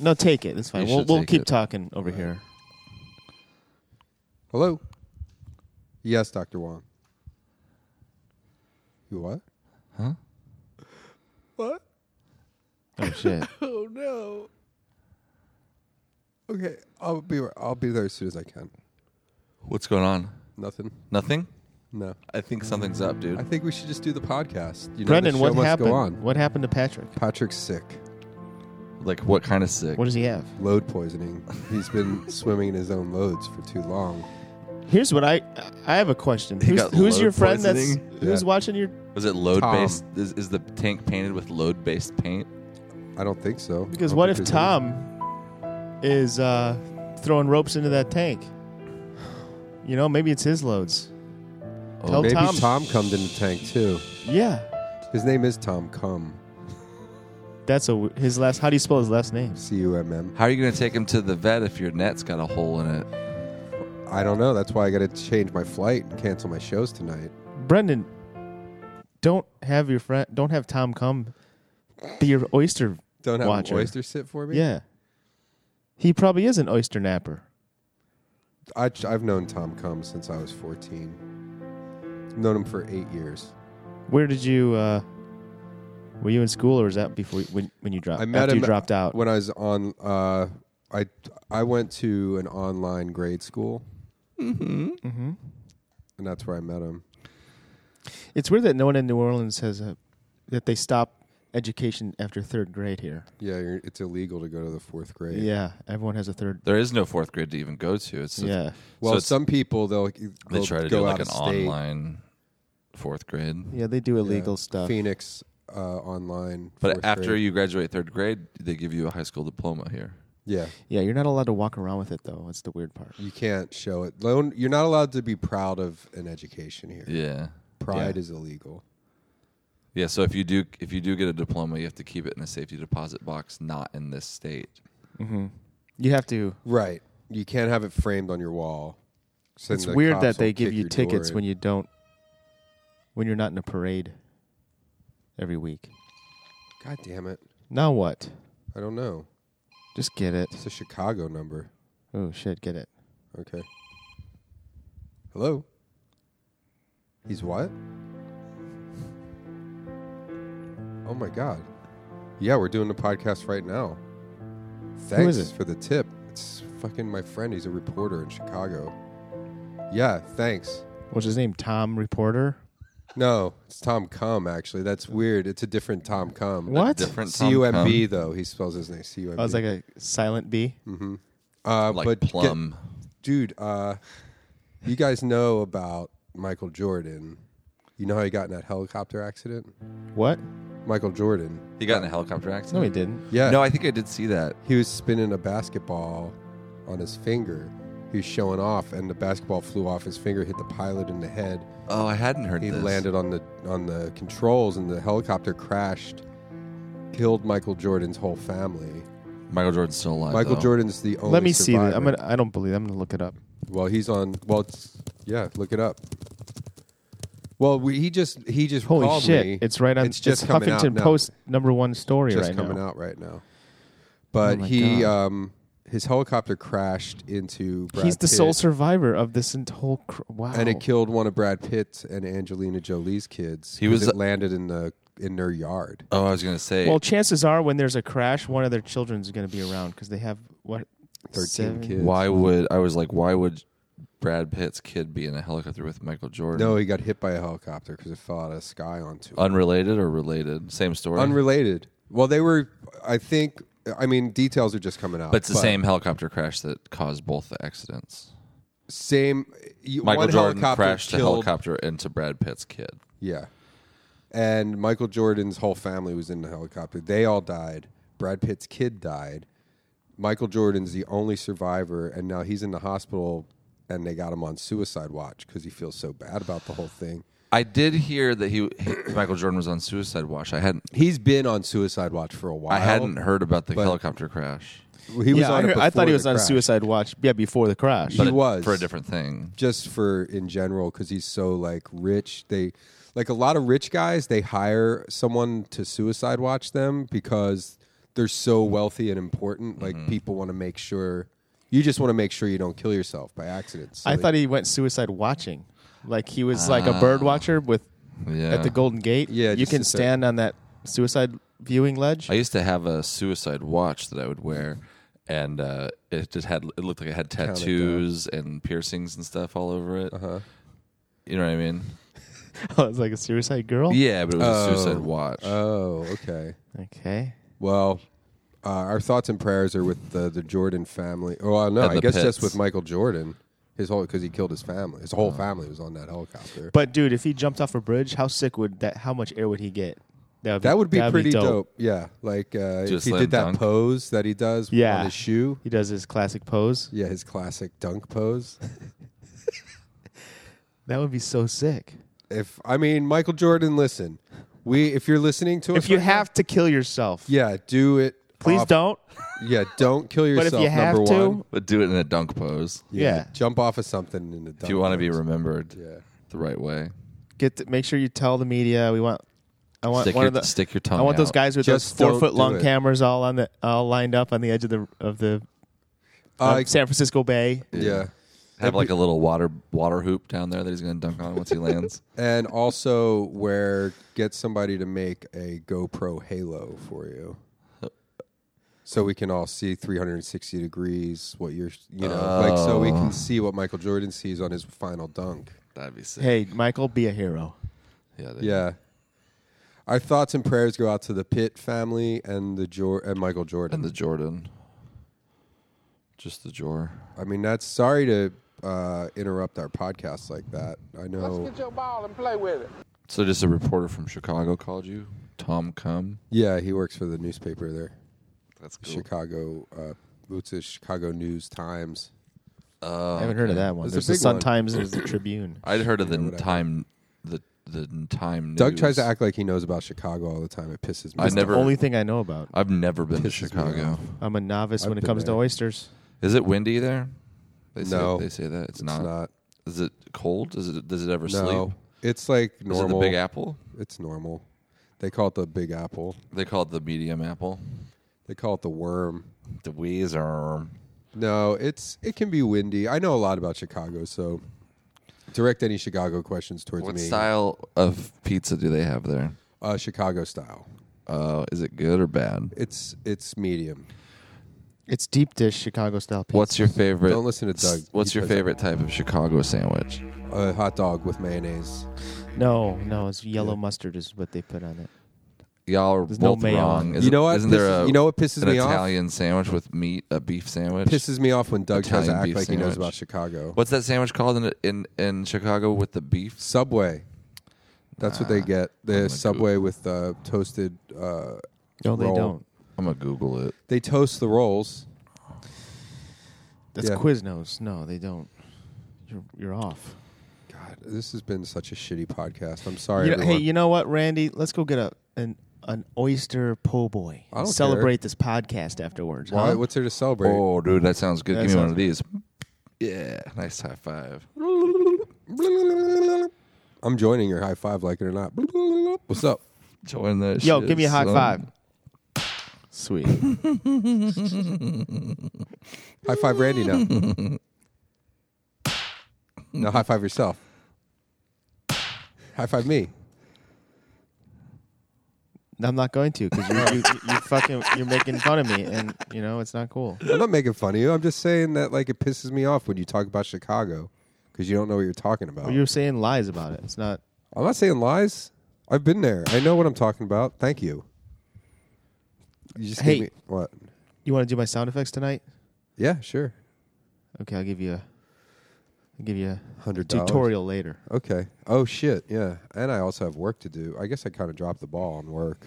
Speaker 11: no, take it. It's fine.
Speaker 1: You
Speaker 11: We'll
Speaker 1: should
Speaker 11: we'll
Speaker 1: take
Speaker 11: keep
Speaker 1: it.
Speaker 11: talking over here.
Speaker 4: Hello. Yes, Doctor Wong. You what?
Speaker 11: Oh shit!
Speaker 4: Oh no. Okay, I'll be I'll be there as soon as I can.
Speaker 1: What's going on?
Speaker 4: Nothing.
Speaker 1: Nothing.
Speaker 4: No.
Speaker 1: I think something's up, dude.
Speaker 4: I think we should just do the podcast. You know,
Speaker 11: Brendan,
Speaker 4: the
Speaker 11: what
Speaker 4: show must
Speaker 11: happened?
Speaker 4: Go on.
Speaker 11: What happened to Patrick?
Speaker 4: Patrick's sick.
Speaker 1: Like what kind of sick?
Speaker 11: What does he have?
Speaker 4: Load poisoning. He's been swimming in his own loads for too long.
Speaker 11: Here's what I I have a question.
Speaker 4: He
Speaker 11: Who's,
Speaker 4: got
Speaker 11: who's
Speaker 4: load
Speaker 11: your friend
Speaker 4: poisoning?
Speaker 11: that's who's
Speaker 4: Yeah.
Speaker 11: watching your?
Speaker 1: Was it load
Speaker 4: Tom.
Speaker 1: based? Is, is the tank painted with load based paint?
Speaker 4: I don't think so.
Speaker 11: Because what if Tom is uh, throwing ropes into that tank? You know, maybe it's his loads. Tell
Speaker 4: Oh, maybe
Speaker 11: Tom.
Speaker 4: Tom, comes in the tank too.
Speaker 11: Yeah.
Speaker 4: His name is Tom Cum.
Speaker 11: That's a w- his last. How do you spell his last name?
Speaker 4: C U M M.
Speaker 1: How are you going to take him to the vet if your net's got a hole in it?
Speaker 4: I don't know. That's why I got to change my flight and cancel my shows tonight.
Speaker 11: Brendan, don't have your friend. Don't have Tom come. Be your oyster.
Speaker 4: Don't have an
Speaker 11: watcher.
Speaker 4: oyster sit for me?
Speaker 11: Yeah. He probably is an oyster napper.
Speaker 4: I, I've known Tom Cum since I was 14. Known him for eight years.
Speaker 11: Where did you? Uh, were you in school, or was that before you- when when you
Speaker 1: Uh,
Speaker 11: dropped?
Speaker 4: I met
Speaker 11: after
Speaker 4: him
Speaker 11: you dropped out.
Speaker 4: when I was on. Uh, I I went to an online grade school,
Speaker 11: Mm-hmm. Mm-hmm.
Speaker 4: and that's where I met him.
Speaker 11: It's weird that no one in New Orleans has a, that they stop education after third grade here.
Speaker 4: Yeah, you're, it's illegal to go to the fourth grade.
Speaker 11: Yeah, everyone has a third.
Speaker 1: There is no fourth grade to even go to. It's
Speaker 11: Yeah.
Speaker 4: Well,
Speaker 1: so it's-
Speaker 4: some people they'll, they'll
Speaker 1: they try to
Speaker 4: go
Speaker 1: do like
Speaker 4: out
Speaker 1: an
Speaker 4: of state.
Speaker 1: online fourth grade.
Speaker 11: Yeah, they do illegal
Speaker 4: Yeah.
Speaker 11: stuff.
Speaker 4: Phoenix uh, online.
Speaker 1: But
Speaker 4: fourth
Speaker 1: after
Speaker 4: grade.
Speaker 1: you graduate third grade, they give you a high school diploma here.
Speaker 4: yeah,
Speaker 11: Yeah, you're not allowed to walk around with it though. That's the weird part.
Speaker 4: you can't show it. Loan, you're not allowed to be proud of an education here.
Speaker 1: Yeah.
Speaker 4: pride
Speaker 1: Yeah.
Speaker 4: is illegal.
Speaker 1: Yeah, so if you do if you do get a diploma, you have to keep it in a safety deposit box, not in this state.
Speaker 11: Mm-hmm. You have to.
Speaker 4: Right, you can't have it framed on your wall. So
Speaker 11: it's
Speaker 4: then the
Speaker 11: weird
Speaker 4: cops
Speaker 11: that
Speaker 4: will
Speaker 11: they give
Speaker 4: kick
Speaker 11: you
Speaker 4: your door
Speaker 11: tickets
Speaker 4: in.
Speaker 11: when you don't. When you're not in a parade. Every week.
Speaker 4: God damn it!
Speaker 11: Now what?
Speaker 4: I don't know.
Speaker 11: Just get it.
Speaker 4: It's a Chicago number.
Speaker 11: Oh shit, get it.
Speaker 4: Okay. Hello. He's what? Oh my god. Yeah, we're doing the podcast right now. Thanks
Speaker 11: Who is it?
Speaker 4: for the tip. It's fucking my friend. He's a reporter in Chicago. Yeah, thanks.
Speaker 11: What's his name? Tom Reporter.
Speaker 4: No, it's Tom Cum actually. That's weird. It's a different Tom Cum.
Speaker 11: What?
Speaker 1: different
Speaker 4: C
Speaker 1: Tom
Speaker 4: U M B
Speaker 1: Cum?
Speaker 4: though. He spells his name C U M B.
Speaker 11: I was like a silent B.
Speaker 4: Mm-hmm. Uh,
Speaker 1: Like
Speaker 4: but get-
Speaker 1: plum.
Speaker 4: dude, uh, you guys know about Michael Jordan. You know how he got in that helicopter accident?
Speaker 11: What?
Speaker 4: Michael Jordan.
Speaker 1: He got in a helicopter accident.
Speaker 11: No, he didn't.
Speaker 4: Yeah.
Speaker 1: No, I think I did see that.
Speaker 4: He was spinning a basketball on his finger. He was showing off, and the basketball flew off his finger, hit the pilot in the head.
Speaker 1: Oh, I hadn't heard
Speaker 4: He
Speaker 1: this.
Speaker 4: landed on the on the controls, and the helicopter crashed, killed Michael Jordan's whole family.
Speaker 1: Michael Jordan's still alive.
Speaker 4: Michael
Speaker 1: though.
Speaker 4: Jordan's the only.
Speaker 11: Let me see that.
Speaker 4: survivor.
Speaker 11: I'm gonna. I don't believe. I'm gonna look it up.
Speaker 4: Well, he's on. Well, it's, yeah, look it up. Well, we, he just he just
Speaker 11: Holy
Speaker 4: called
Speaker 11: shit!
Speaker 4: me.
Speaker 11: It's right on.
Speaker 4: It's just coming out
Speaker 11: Huffington
Speaker 4: now.
Speaker 11: Post number one story
Speaker 4: just
Speaker 11: right
Speaker 4: coming
Speaker 11: now.
Speaker 4: out right now. But
Speaker 11: Oh my
Speaker 4: he
Speaker 11: God.
Speaker 4: um his helicopter crashed into Brad
Speaker 11: He's the sole
Speaker 4: Pitt,
Speaker 11: survivor of this ent- whole. Cr- wow.
Speaker 4: and it killed one of Brad Pitt's and Angelina Jolie's kids.
Speaker 1: He
Speaker 4: 'cause
Speaker 1: was-
Speaker 4: it landed in the in their yard.
Speaker 1: Oh, I was gonna say.
Speaker 11: well, chances are when there's a crash, one of their children's going to be around because they have what?
Speaker 4: 13
Speaker 11: seven-
Speaker 4: kids.
Speaker 1: why would I was like, why would Brad Pitt's kid be in a helicopter with Michael Jordan?
Speaker 4: No, he got hit by a helicopter because it fell out of the sky onto him.
Speaker 1: unrelated or related? Same story.
Speaker 4: Unrelated. Well, they were. I think. I mean, details are just coming out.
Speaker 1: but it's the same helicopter crash that caused both the accidents.
Speaker 4: Same. You,
Speaker 1: Michael
Speaker 4: one
Speaker 1: Jordan
Speaker 4: helicopter
Speaker 1: crashed a
Speaker 4: killed-
Speaker 1: helicopter into Brad Pitt's kid.
Speaker 4: Yeah. And Michael Jordan's whole family was in the helicopter. They all died. Brad Pitt's kid died. Michael Jordan's the only survivor, and now he's in the hospital, and they got him on suicide watch because he feels so bad about the whole thing.
Speaker 1: I did hear that he Michael Jordan was on suicide watch. I hadn't
Speaker 4: He's been on suicide watch for a while.
Speaker 1: I hadn't heard about the
Speaker 4: but-
Speaker 1: helicopter crash.
Speaker 4: He was
Speaker 11: yeah, I,
Speaker 4: on. it
Speaker 11: heard- I
Speaker 4: before
Speaker 11: thought he
Speaker 4: the
Speaker 11: was on
Speaker 4: crash.
Speaker 11: suicide watch. Yeah, before the crash.
Speaker 4: He
Speaker 1: it-
Speaker 4: was
Speaker 1: for a different thing.
Speaker 4: just for in general because he's so like rich they like a lot of rich guys they hire someone to suicide watch them because they're so wealthy and important like
Speaker 11: Mm-hmm.
Speaker 4: people want to make sure you just want to make sure you don't kill yourself by accident so
Speaker 11: I
Speaker 4: they-
Speaker 11: thought he went suicide watching, like he was like a bird watcher with
Speaker 1: Yeah.
Speaker 11: at the Golden Gate.
Speaker 4: Ah. Yeah,
Speaker 11: you
Speaker 4: just
Speaker 11: can
Speaker 4: to say-
Speaker 11: stand on that suicide viewing ledge.
Speaker 1: I used to have a suicide watch that I would wear, and uh, it just had it looked like it had
Speaker 4: Kinda Uh-huh.
Speaker 1: tattoos and piercings and stuff all over it. You know what I mean?
Speaker 11: Oh, it's like a suicide girl.
Speaker 1: Yeah, but it was a
Speaker 4: Oh.
Speaker 1: suicide watch.
Speaker 4: Oh, okay.
Speaker 11: Okay.
Speaker 4: Well, uh, our thoughts and prayers are with the, the Jordan family. Oh, well, no,
Speaker 11: And
Speaker 4: I
Speaker 11: the
Speaker 4: guess
Speaker 11: pets.
Speaker 4: just with Michael Jordan. His whole because he killed his family. His
Speaker 11: Oh.
Speaker 4: whole family was on that helicopter.
Speaker 11: But dude, if he jumped off a bridge, how sick would that? How much air would he get?
Speaker 4: that would be
Speaker 11: that'd
Speaker 4: pretty dope. Yeah, like uh,
Speaker 11: Do a
Speaker 4: if he
Speaker 11: slam
Speaker 4: did that
Speaker 11: dunk?
Speaker 4: pose that he does
Speaker 11: Yeah.
Speaker 4: on his shoe.
Speaker 11: He does his classic pose.
Speaker 4: Yeah, his classic dunk pose.
Speaker 11: That would be so sick.
Speaker 4: If I mean Michael Jordan, listen, we if you're listening to us,
Speaker 11: If you
Speaker 4: right
Speaker 11: have to kill yourself,
Speaker 4: now, yeah, do it.
Speaker 11: Please
Speaker 4: off-
Speaker 11: don't.
Speaker 4: Yeah, don't kill
Speaker 11: But if
Speaker 4: yourself.
Speaker 11: you have
Speaker 4: number
Speaker 11: to-
Speaker 4: one.
Speaker 1: But do it in a dunk pose.
Speaker 4: Yeah, jump off of something in the. Dunk
Speaker 1: If you want to be
Speaker 4: pose.
Speaker 1: remembered the right way.
Speaker 11: get the, make sure you tell the media we want. I want
Speaker 1: Stick
Speaker 11: one
Speaker 1: your-
Speaker 11: of the,
Speaker 1: stick your tongue
Speaker 11: I want those
Speaker 1: out.
Speaker 11: guys with
Speaker 1: Just
Speaker 11: those
Speaker 1: don't
Speaker 11: four foot
Speaker 1: do
Speaker 11: long
Speaker 1: it.
Speaker 11: cameras all on the all lined up on the edge of the of the
Speaker 4: Uh,
Speaker 11: of San Francisco Bay.
Speaker 1: Have like a little water water hoop down there that he's going to dunk on once he lands.
Speaker 4: and also where get somebody to make a GoPro Halo for you. So we can all see 360 degrees what you're, you know, like so we
Speaker 1: Oh.
Speaker 4: can see what Michael Jordan sees on his final dunk.
Speaker 1: That'd be sick.
Speaker 11: Hey, Michael, be a hero.
Speaker 1: Yeah.
Speaker 4: Yeah. Our thoughts and prayers go out to the Pitt family and the Jor- and Michael Jordan.
Speaker 1: And the Jordan. Just the Jor.
Speaker 4: I mean, that's sorry to uh, interrupt our podcast like that. I know.
Speaker 2: your ball and play with it.
Speaker 1: So just a reporter from Chicago called you, Tom Cum.
Speaker 4: Yeah, he works for the newspaper there.
Speaker 1: That's
Speaker 4: cool. Chicago. Uh, it's the Chicago News Times.
Speaker 1: Oh,
Speaker 11: I haven't heard of that one.
Speaker 4: It's a
Speaker 11: There's the
Speaker 4: big
Speaker 11: Sun
Speaker 4: one.
Speaker 11: Times and there's the Tribune.
Speaker 1: I'd heard of the
Speaker 4: Yeah, whatever.
Speaker 1: time, the the time. News.
Speaker 4: Doug tries to act like he knows about Chicago all the time. It pisses me.
Speaker 1: I
Speaker 4: off.
Speaker 1: never.
Speaker 11: the only thing I know about.
Speaker 1: I've never been to
Speaker 4: Pisses me
Speaker 1: Chicago.
Speaker 4: off.
Speaker 11: I'm a novice
Speaker 4: I've
Speaker 11: when it
Speaker 4: been
Speaker 11: comes
Speaker 4: there.
Speaker 11: to oysters.
Speaker 1: Is it windy there? They say,
Speaker 4: No,
Speaker 1: they say that it's,
Speaker 4: it's
Speaker 1: not.
Speaker 4: not.
Speaker 1: Is it cold? Is it? Does it ever
Speaker 4: No,
Speaker 1: sleep?
Speaker 4: it's like
Speaker 1: Is it the
Speaker 4: normal.
Speaker 1: Big Apple?
Speaker 4: It's normal. They call it the Big Apple.
Speaker 1: They call it the medium apple,
Speaker 4: They call it the worm.
Speaker 1: the Weezer.
Speaker 4: No, it's it can be windy. I know a lot about Chicago, so direct any Chicago questions towards
Speaker 1: What
Speaker 4: me.
Speaker 1: style of pizza do they have there?
Speaker 4: Uh, Chicago style.
Speaker 1: Uh, is it good or bad?
Speaker 4: It's it's medium.
Speaker 11: It's deep dish Chicago style pizza.
Speaker 1: What's your favorite?
Speaker 4: Don't listen to Doug.
Speaker 1: What's
Speaker 4: He
Speaker 1: your
Speaker 4: does it.
Speaker 1: favorite type of Chicago sandwich?
Speaker 4: A hot dog with mayonnaise.
Speaker 11: No, no, it's yellow mustard is what they put on it.
Speaker 1: Y'all are
Speaker 11: There's no
Speaker 1: both
Speaker 11: mayo.
Speaker 1: wrong.
Speaker 11: You
Speaker 1: Isn't-
Speaker 4: know what
Speaker 1: Isn't there
Speaker 4: pisses-
Speaker 1: a,
Speaker 4: you know what pisses
Speaker 1: an
Speaker 4: me off?
Speaker 1: Italian sandwich with meat, a beef sandwich.
Speaker 4: Pisses me off when Doug tries to
Speaker 1: Italian
Speaker 4: act
Speaker 1: beef
Speaker 4: like he knows
Speaker 1: sandwich.
Speaker 4: about Chicago.
Speaker 1: What's that sandwich called in in, in Chicago with the beef?
Speaker 4: Subway. That's what they
Speaker 1: Nah,
Speaker 4: get.
Speaker 1: Ah, I'm
Speaker 4: The
Speaker 1: gonna
Speaker 4: Subway with uh, toasted. Uh,
Speaker 11: No, they
Speaker 4: roll.
Speaker 11: don't.
Speaker 1: I'm gonna Google it.
Speaker 4: They toast the rolls.
Speaker 11: That's
Speaker 4: Yeah.
Speaker 11: Quiznos. No, they don't. You're, you're off.
Speaker 4: God, this has been such a shitty podcast. I'm sorry,
Speaker 11: You know-
Speaker 4: everyone.
Speaker 11: hey, you know what, Randy? Let's go get a an an oyster po' boy.
Speaker 4: I don't
Speaker 11: and celebrate this podcast afterwards.
Speaker 4: Why,
Speaker 11: huh?
Speaker 4: What's there to celebrate?
Speaker 1: Oh, dude, that sounds good.
Speaker 11: That
Speaker 1: Give me one
Speaker 11: sounds-
Speaker 1: of these. Yeah, nice high five.
Speaker 4: I'm joining your high five, like it or not. What's up?
Speaker 1: Join the
Speaker 11: Yo, give me a high five. Sweet.
Speaker 4: High five, Randy. Now, no, high five yourself. High five me.
Speaker 11: I'm not going to because you, you, you fucking you're making fun of me, and you know it's not cool.
Speaker 4: I'm not making fun of you. I'm just saying that like it pisses me off when you talk about Chicago because you don't know what you're talking about.
Speaker 11: Well, You're saying lies about it. It's not.
Speaker 4: I'm not saying lies. I've been there. I know what I'm talking about. Thank you. You just
Speaker 11: Hey.
Speaker 4: gave me what?
Speaker 11: You want to do my sound effects tonight?
Speaker 4: Yeah, sure.
Speaker 11: Okay, I'll give you a I'll give you a
Speaker 4: Hundred
Speaker 11: tutorial later.
Speaker 4: Okay. Oh shit. Yeah. And I also have work to do. I guess I kind of dropped the ball on work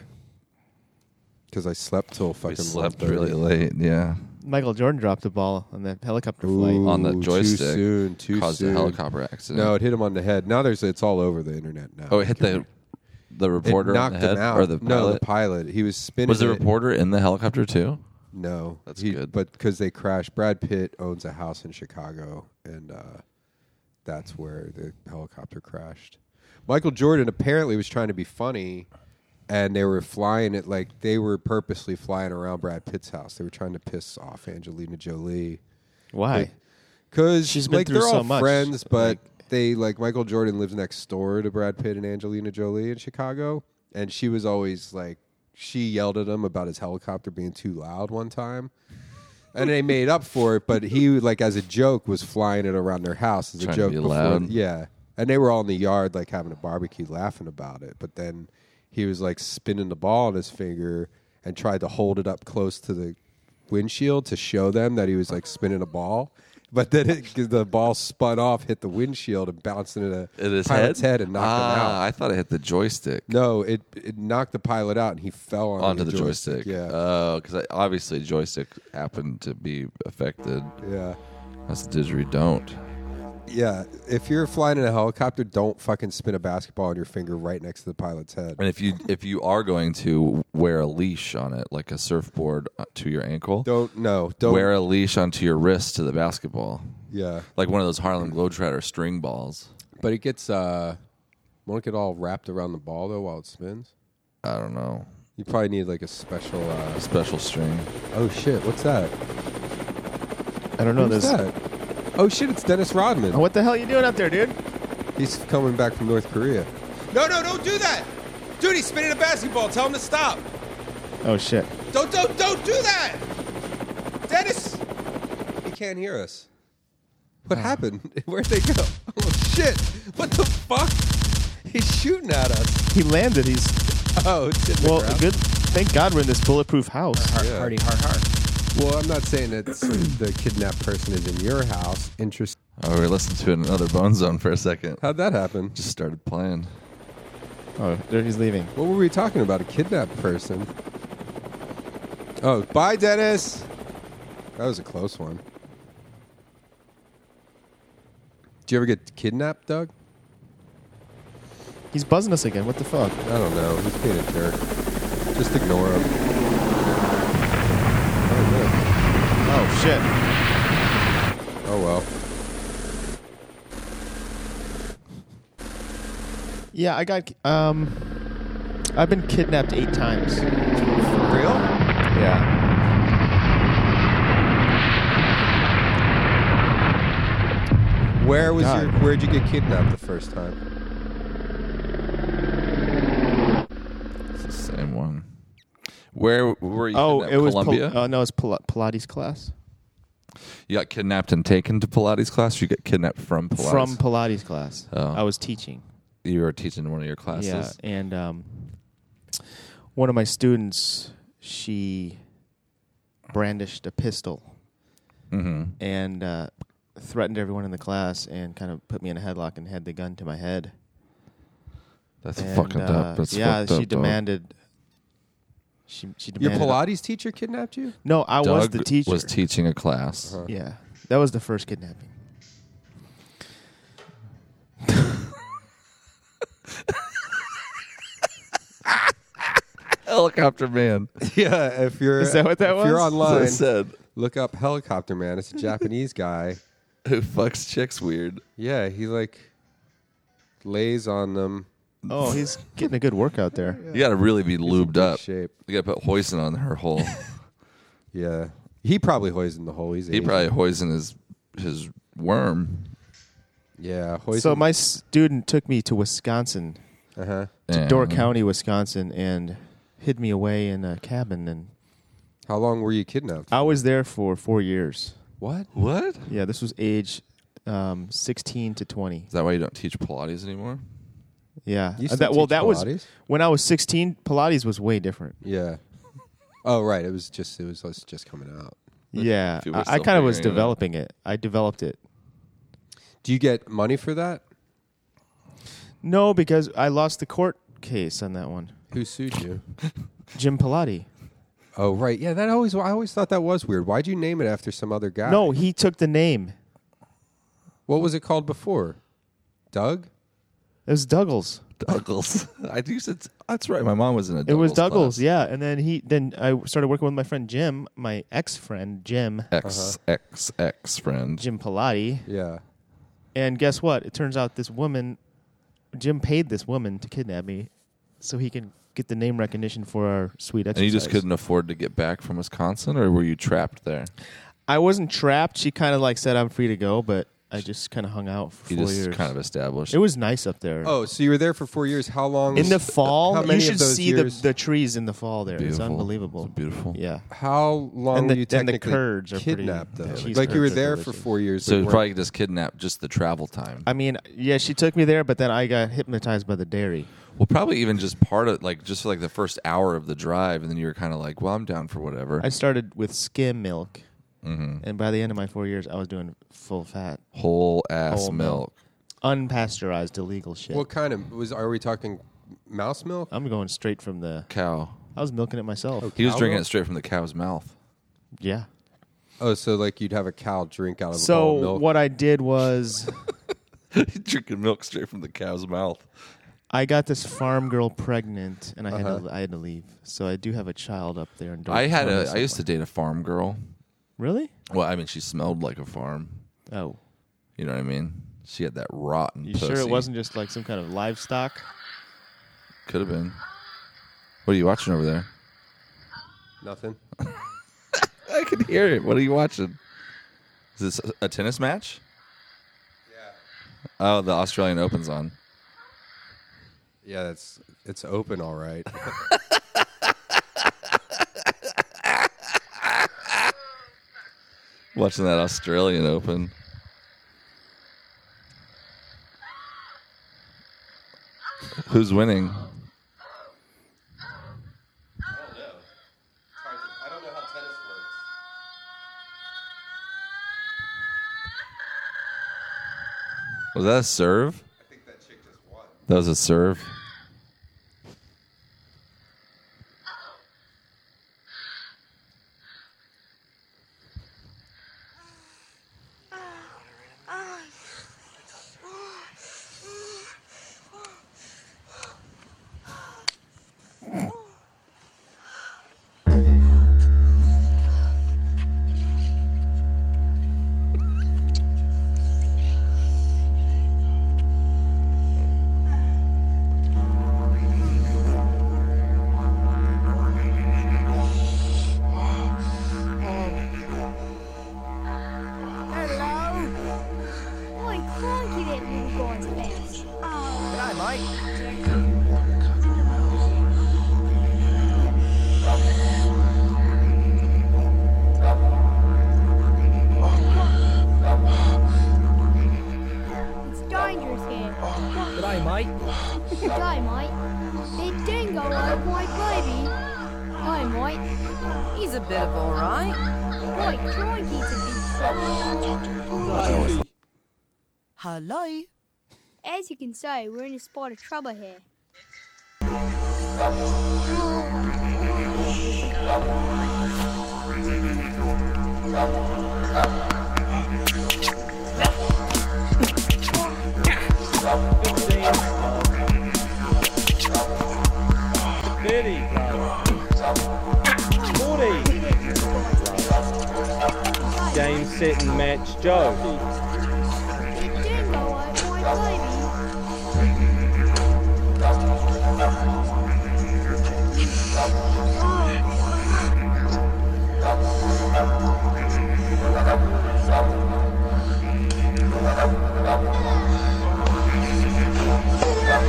Speaker 4: because I slept till
Speaker 1: We
Speaker 4: fucking
Speaker 1: slept
Speaker 4: 1:30.
Speaker 1: really late. Yeah,
Speaker 11: Michael Jordan dropped the ball on that helicopter
Speaker 4: Ooh,
Speaker 11: flight.
Speaker 1: on the
Speaker 4: too
Speaker 1: joystick
Speaker 4: soon, too
Speaker 1: caused
Speaker 4: soon.
Speaker 1: a helicopter accident.
Speaker 4: No, it hit him on the head. Now there's it's all over the internet now.
Speaker 1: oh, it hit the the reporter
Speaker 4: it knocked
Speaker 1: on the head
Speaker 4: him out.
Speaker 1: or the
Speaker 4: no, the
Speaker 1: pilot.
Speaker 4: pilot. He was spinning.
Speaker 1: was the
Speaker 4: it.
Speaker 1: reporter in the helicopter too?
Speaker 4: No,
Speaker 1: That's
Speaker 4: he,
Speaker 1: good.
Speaker 4: But because they crashed, Brad Pitt owns a house in Chicago, and uh, that's where the helicopter crashed. Michael Jordan apparently was trying to be funny, and they were flying it like they were purposely flying around Brad Pitt's house. They were trying to piss off Angelina Jolie.
Speaker 11: Why?
Speaker 4: Because
Speaker 11: She's been
Speaker 4: like
Speaker 11: through
Speaker 4: they're
Speaker 11: so
Speaker 4: all
Speaker 11: much,
Speaker 4: friends, but they like Michael Jordan lives next door to Brad Pitt and Angelina Jolie in Chicago, and she was always like she yelled at him about his helicopter being too loud one time. and they made up for it. But he, like as a joke, was flying it around their house as a
Speaker 1: Trying to
Speaker 4: joke.
Speaker 1: be loud.
Speaker 4: yeah, and they were all in the yard, like having a barbecue, laughing about it. But then he was like spinning the ball on his finger and tried to hold it up close to the windshield to show them that he was like spinning a ball. But then it, the ball spun off, hit the windshield, and bounced into the
Speaker 1: At his
Speaker 4: pilot's
Speaker 1: head?
Speaker 4: head, and knocked him out.
Speaker 1: Ah, I thought it hit the joystick.
Speaker 4: No, it it knocked the pilot out, and he fell onto,
Speaker 1: onto the, joystick.
Speaker 4: joystick.
Speaker 1: Yeah. Oh, because obviously joystick happened to be affected.
Speaker 4: Yeah.
Speaker 1: That's the didgeridoo don't.
Speaker 4: Yeah, if you're flying in a helicopter, don't fucking spin a basketball on your finger right next to the pilot's head.
Speaker 1: And if you if you are going to wear a leash on it, like a surfboard uh, to your ankle,
Speaker 4: don't no, don't-
Speaker 1: wear a leash onto your wrist to the basketball.
Speaker 4: Yeah.
Speaker 1: like one of those Harlem Globetrotter string balls.
Speaker 4: But it gets uh, won't it get all wrapped around the ball though while it spins.
Speaker 1: I don't know.
Speaker 4: You probably need like a special. Uh,
Speaker 1: special string.
Speaker 4: Oh shit! What's that?
Speaker 11: I don't know
Speaker 4: Who's
Speaker 11: Oh, this- Oh,
Speaker 4: That? Oh shit! It's Dennis Rodman.
Speaker 11: What the hell you doing up there, dude?
Speaker 4: He's coming back from North Korea. No, no, don't do that, dude. He's spinning a basketball. Tell him to stop.
Speaker 11: Oh shit!
Speaker 4: Don't, don't, don't do that, Dennis. He can't hear us.
Speaker 11: Oh.
Speaker 4: What happened? Where'd they go? Oh shit! What the fuck? He's shooting at us.
Speaker 11: He landed. He's
Speaker 4: oh, it's in the
Speaker 11: well,
Speaker 4: ground.
Speaker 11: good. Thank God we're in this bulletproof house.
Speaker 4: Yeah. Well, I'm not saying that the kidnapped person is in your house. Interest.
Speaker 1: Oh, we were listening to another Bone Zone for a second.
Speaker 4: How'd that happen?
Speaker 1: Just started playing.
Speaker 11: Oh, there he's leaving.
Speaker 4: What were we talking about? A kidnapped person. Oh, bye, Dennis. That was a close one. Do you ever get kidnapped, Doug?
Speaker 11: He's buzzing us again. What the fuck?
Speaker 4: I don't know. He's being a jerk. Just ignore him.
Speaker 11: Oh shit!
Speaker 4: Oh well.
Speaker 11: Yeah, I got. Um, I've been kidnapped eight times.
Speaker 4: Real?
Speaker 11: Yeah.
Speaker 4: Where was
Speaker 11: God.
Speaker 4: your? Where'd you get kidnapped the first time?
Speaker 1: It's the same one. Where were you?
Speaker 11: Oh,
Speaker 1: kidnapped?
Speaker 11: it was Pol-
Speaker 1: Columbia.
Speaker 11: uh, no, it's Pil- Pilates class.
Speaker 1: you got kidnapped and taken to Pilates class. You got kidnapped from Pilates.
Speaker 11: From Pilates class.
Speaker 1: Oh.
Speaker 11: I was teaching.
Speaker 1: you were teaching one of your classes.
Speaker 11: Yeah, and um, one of my students, she brandished a pistol
Speaker 1: Mhm.
Speaker 11: and uh, threatened everyone in the class and kind of put me in a headlock and had the gun to my head.
Speaker 1: That's
Speaker 11: And,
Speaker 1: fucking
Speaker 11: uh,
Speaker 1: up. That's
Speaker 11: yeah,
Speaker 1: fucked
Speaker 11: she
Speaker 1: up, dog.
Speaker 11: demanded. She she
Speaker 4: Your
Speaker 11: demanded.
Speaker 4: Pilates teacher kidnapped you?
Speaker 11: No, I was
Speaker 1: Doug
Speaker 11: the teacher. Uh-huh.
Speaker 1: Was teaching a class.
Speaker 11: Yeah, that was the first kidnapping.
Speaker 1: Helicopter man.
Speaker 4: Yeah, if you're
Speaker 11: Is that what that
Speaker 4: if You're
Speaker 11: was?
Speaker 4: online.
Speaker 1: That's what I said.
Speaker 4: Look up helicopter man. It's a Japanese guy.
Speaker 1: Who fucks chicks weird?
Speaker 4: Yeah, he like lays on them.
Speaker 11: Oh, he's getting a good workout there.
Speaker 1: You got to really be lubed up.
Speaker 4: shape.
Speaker 1: You got to put hoisin on her hole.
Speaker 4: Yeah, he probably hoisoned the hole. He's
Speaker 1: he
Speaker 4: Asian.
Speaker 1: probably hoisin his his worm.
Speaker 4: yeah. Hoisin.
Speaker 11: So my student took me to Wisconsin,
Speaker 4: Uh-huh.
Speaker 11: to
Speaker 1: Yeah.
Speaker 11: Door County, Wisconsin, and hid me away in a cabin. And
Speaker 4: How long were you kidnapped?
Speaker 11: I was there for four years.
Speaker 4: What?
Speaker 1: What? Is
Speaker 11: Yeah, this was age um, sixteen to twenty.
Speaker 1: that why you don't teach Pilates anymore?
Speaker 11: Yeah,
Speaker 4: You
Speaker 11: Uh,
Speaker 4: still
Speaker 11: that, well,
Speaker 4: teach
Speaker 11: that
Speaker 4: Pilates?
Speaker 11: was when I was sixteen. Pilates was way different.
Speaker 4: Yeah. Oh right, it was just it was it's just coming out.
Speaker 11: Yeah,
Speaker 1: if you were
Speaker 11: I,
Speaker 1: still
Speaker 11: kind of was
Speaker 1: figuring it out.
Speaker 11: developing it. I developed it.
Speaker 4: Do you get money for that?
Speaker 11: No, because I lost the court case on that one.
Speaker 4: Who sued you?
Speaker 11: Jim Pilati.
Speaker 4: oh right, yeah. That always I always thought that was weird. Why'd you name it after some other guy?
Speaker 11: No, he took the name.
Speaker 4: What was it called before? Doug.
Speaker 11: It was Douglas.
Speaker 1: Douglas. I do. That's that's right. My mom was in a.
Speaker 11: It was
Speaker 1: Douglas.
Speaker 11: Douglas, yeah. And then he then I started working with my friend Jim, my ex friend Jim,
Speaker 1: X X X friend.
Speaker 11: Jim Pilati.
Speaker 4: Yeah.
Speaker 11: And guess what? It turns out this woman, Jim paid this woman to kidnap me, so he can get the name recognition for our sweet exercise.
Speaker 1: And you just couldn't afford to get back from Wisconsin, or were you trapped there?
Speaker 11: I wasn't trapped. She kind of like said I'm free to go, but I just kind of hung out for
Speaker 1: He
Speaker 11: four
Speaker 1: just
Speaker 11: years.
Speaker 1: kind of established.
Speaker 11: It was nice up there.
Speaker 4: Oh, so you were there for four years. How long?
Speaker 11: in the
Speaker 4: was-
Speaker 11: fall,
Speaker 4: How
Speaker 11: you
Speaker 4: many
Speaker 11: should
Speaker 4: of those
Speaker 11: see
Speaker 4: years?
Speaker 11: the the trees in the fall. There,
Speaker 1: Beautiful.
Speaker 11: it's unbelievable.
Speaker 1: beautiful.
Speaker 11: Yeah.
Speaker 4: How long
Speaker 11: and the,
Speaker 4: were you
Speaker 11: and the
Speaker 4: technically
Speaker 11: Kurds are pretty-
Speaker 4: kidnapped though?
Speaker 11: the cheese
Speaker 4: like you were
Speaker 11: curds are
Speaker 4: there for
Speaker 11: delicious.
Speaker 4: four years.
Speaker 1: So
Speaker 4: but
Speaker 1: you
Speaker 4: weren't-
Speaker 1: probably just kidnapped just the travel time.
Speaker 11: I mean, yeah, she took me there, but then I got hypnotized by the dairy.
Speaker 1: Well, probably even just part of like just like the first hour of the drive, and then you were kind of like, "Well, I'm down for whatever."
Speaker 11: I started with skim milk,
Speaker 1: Mhm.
Speaker 11: and by the end of my four years, I was doing full fat,
Speaker 1: Whole ass
Speaker 11: Whole
Speaker 1: milk.
Speaker 11: unpasteurized, illegal shit.
Speaker 4: What kind of was? Are we talking mouse
Speaker 1: Uh,
Speaker 4: milk?
Speaker 11: I'm going straight from the
Speaker 1: cow.
Speaker 11: I was milking it myself.
Speaker 1: He was drinking it straight from the cow's mouth.
Speaker 11: Yeah.
Speaker 4: Oh, so like you'd have a cow drink out of a bowl of
Speaker 11: So
Speaker 4: milk.
Speaker 11: what I did was
Speaker 1: drinking milk straight from the cow's mouth.
Speaker 11: I got this farm girl pregnant, and I had
Speaker 1: Uh-huh.
Speaker 11: to, I had to leave. So I do have a child up there. In Dor-
Speaker 1: I had a.
Speaker 11: Torrance
Speaker 1: I used to date a farm girl.
Speaker 11: Really?
Speaker 1: Well, I mean, she smelled like a farm.
Speaker 11: Oh.
Speaker 1: You know what I mean? She had that rotten.
Speaker 11: You sure it wasn't just like some kind of livestock?
Speaker 1: Could have been. What are you watching over there?
Speaker 4: Nothing.
Speaker 1: I can hear it. What are you watching? Is this a tennis match? Yeah. Oh, the Australian Open's on.
Speaker 4: Yeah, that's it's open all right.
Speaker 1: Watching that Australian Open. Who's winning? Was that a serve? I think that chick just won. That was a serve.
Speaker 16: Boy, clunky that move going fast. Oh. Good Mike. It's dangerous here. Good
Speaker 17: day, mate.
Speaker 16: Good day, mate. That dingo like white baby. Hi, mate. He's a bit of alright. Boy, crikey's a big fella.
Speaker 17: Hello.
Speaker 16: As you can see, we're in a spot of trouble here.
Speaker 7: Thirty. Forty. Game, set, and match, Joe.
Speaker 16: oh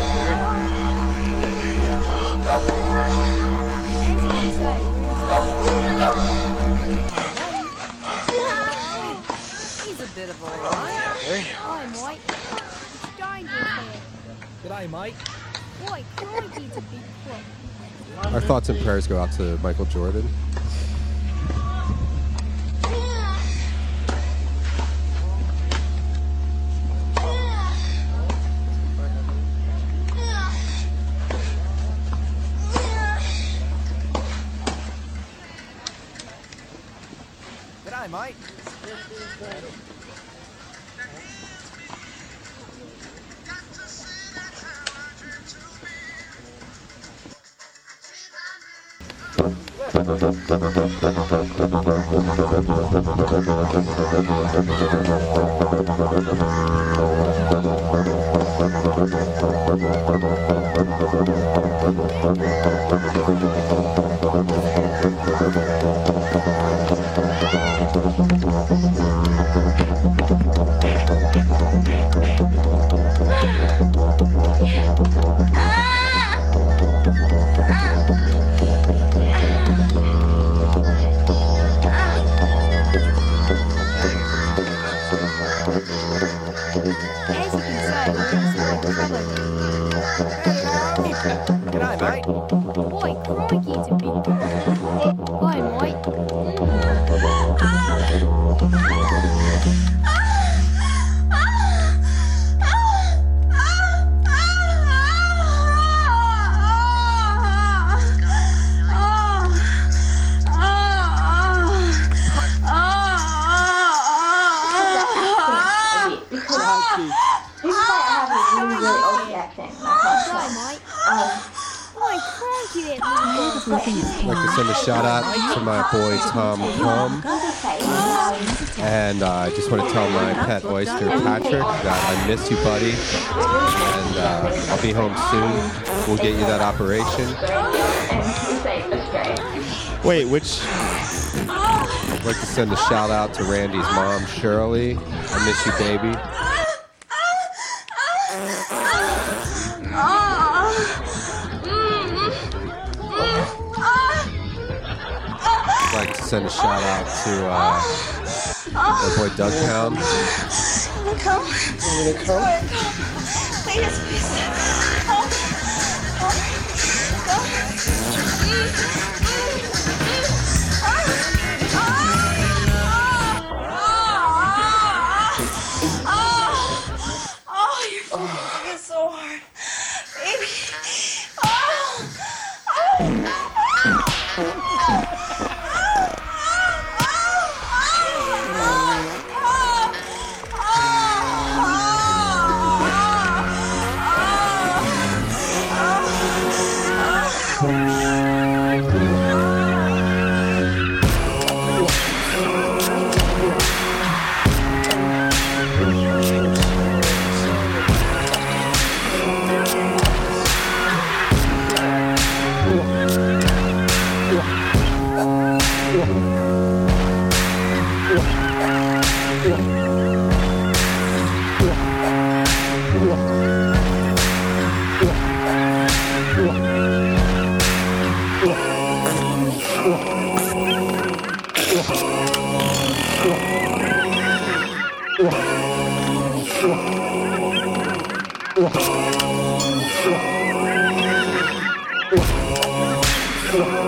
Speaker 16: Oh. He's a bit of a liar. Hi, Mike. It's dangerous here.
Speaker 17: G'day, mate.
Speaker 16: Boy, crikey's a big crook.
Speaker 4: Our thoughts and prayers go out to Michael Jordan.
Speaker 17: G'day, mate.
Speaker 18: Thank you.
Speaker 14: Mm. Ah. I'd like to send a shout out to my boy Tom Tom. And uh, I just want to tell my pet oyster Patrick that I miss you, buddy. And uh, I'll be home soon. We'll get you that operation.
Speaker 4: Wait, which?
Speaker 14: I'd like to send a shout out to Randy's mom, Shirley. I miss you, baby. I'd like to send a shout out to uh, my boy Doug Pound.
Speaker 11: Wow.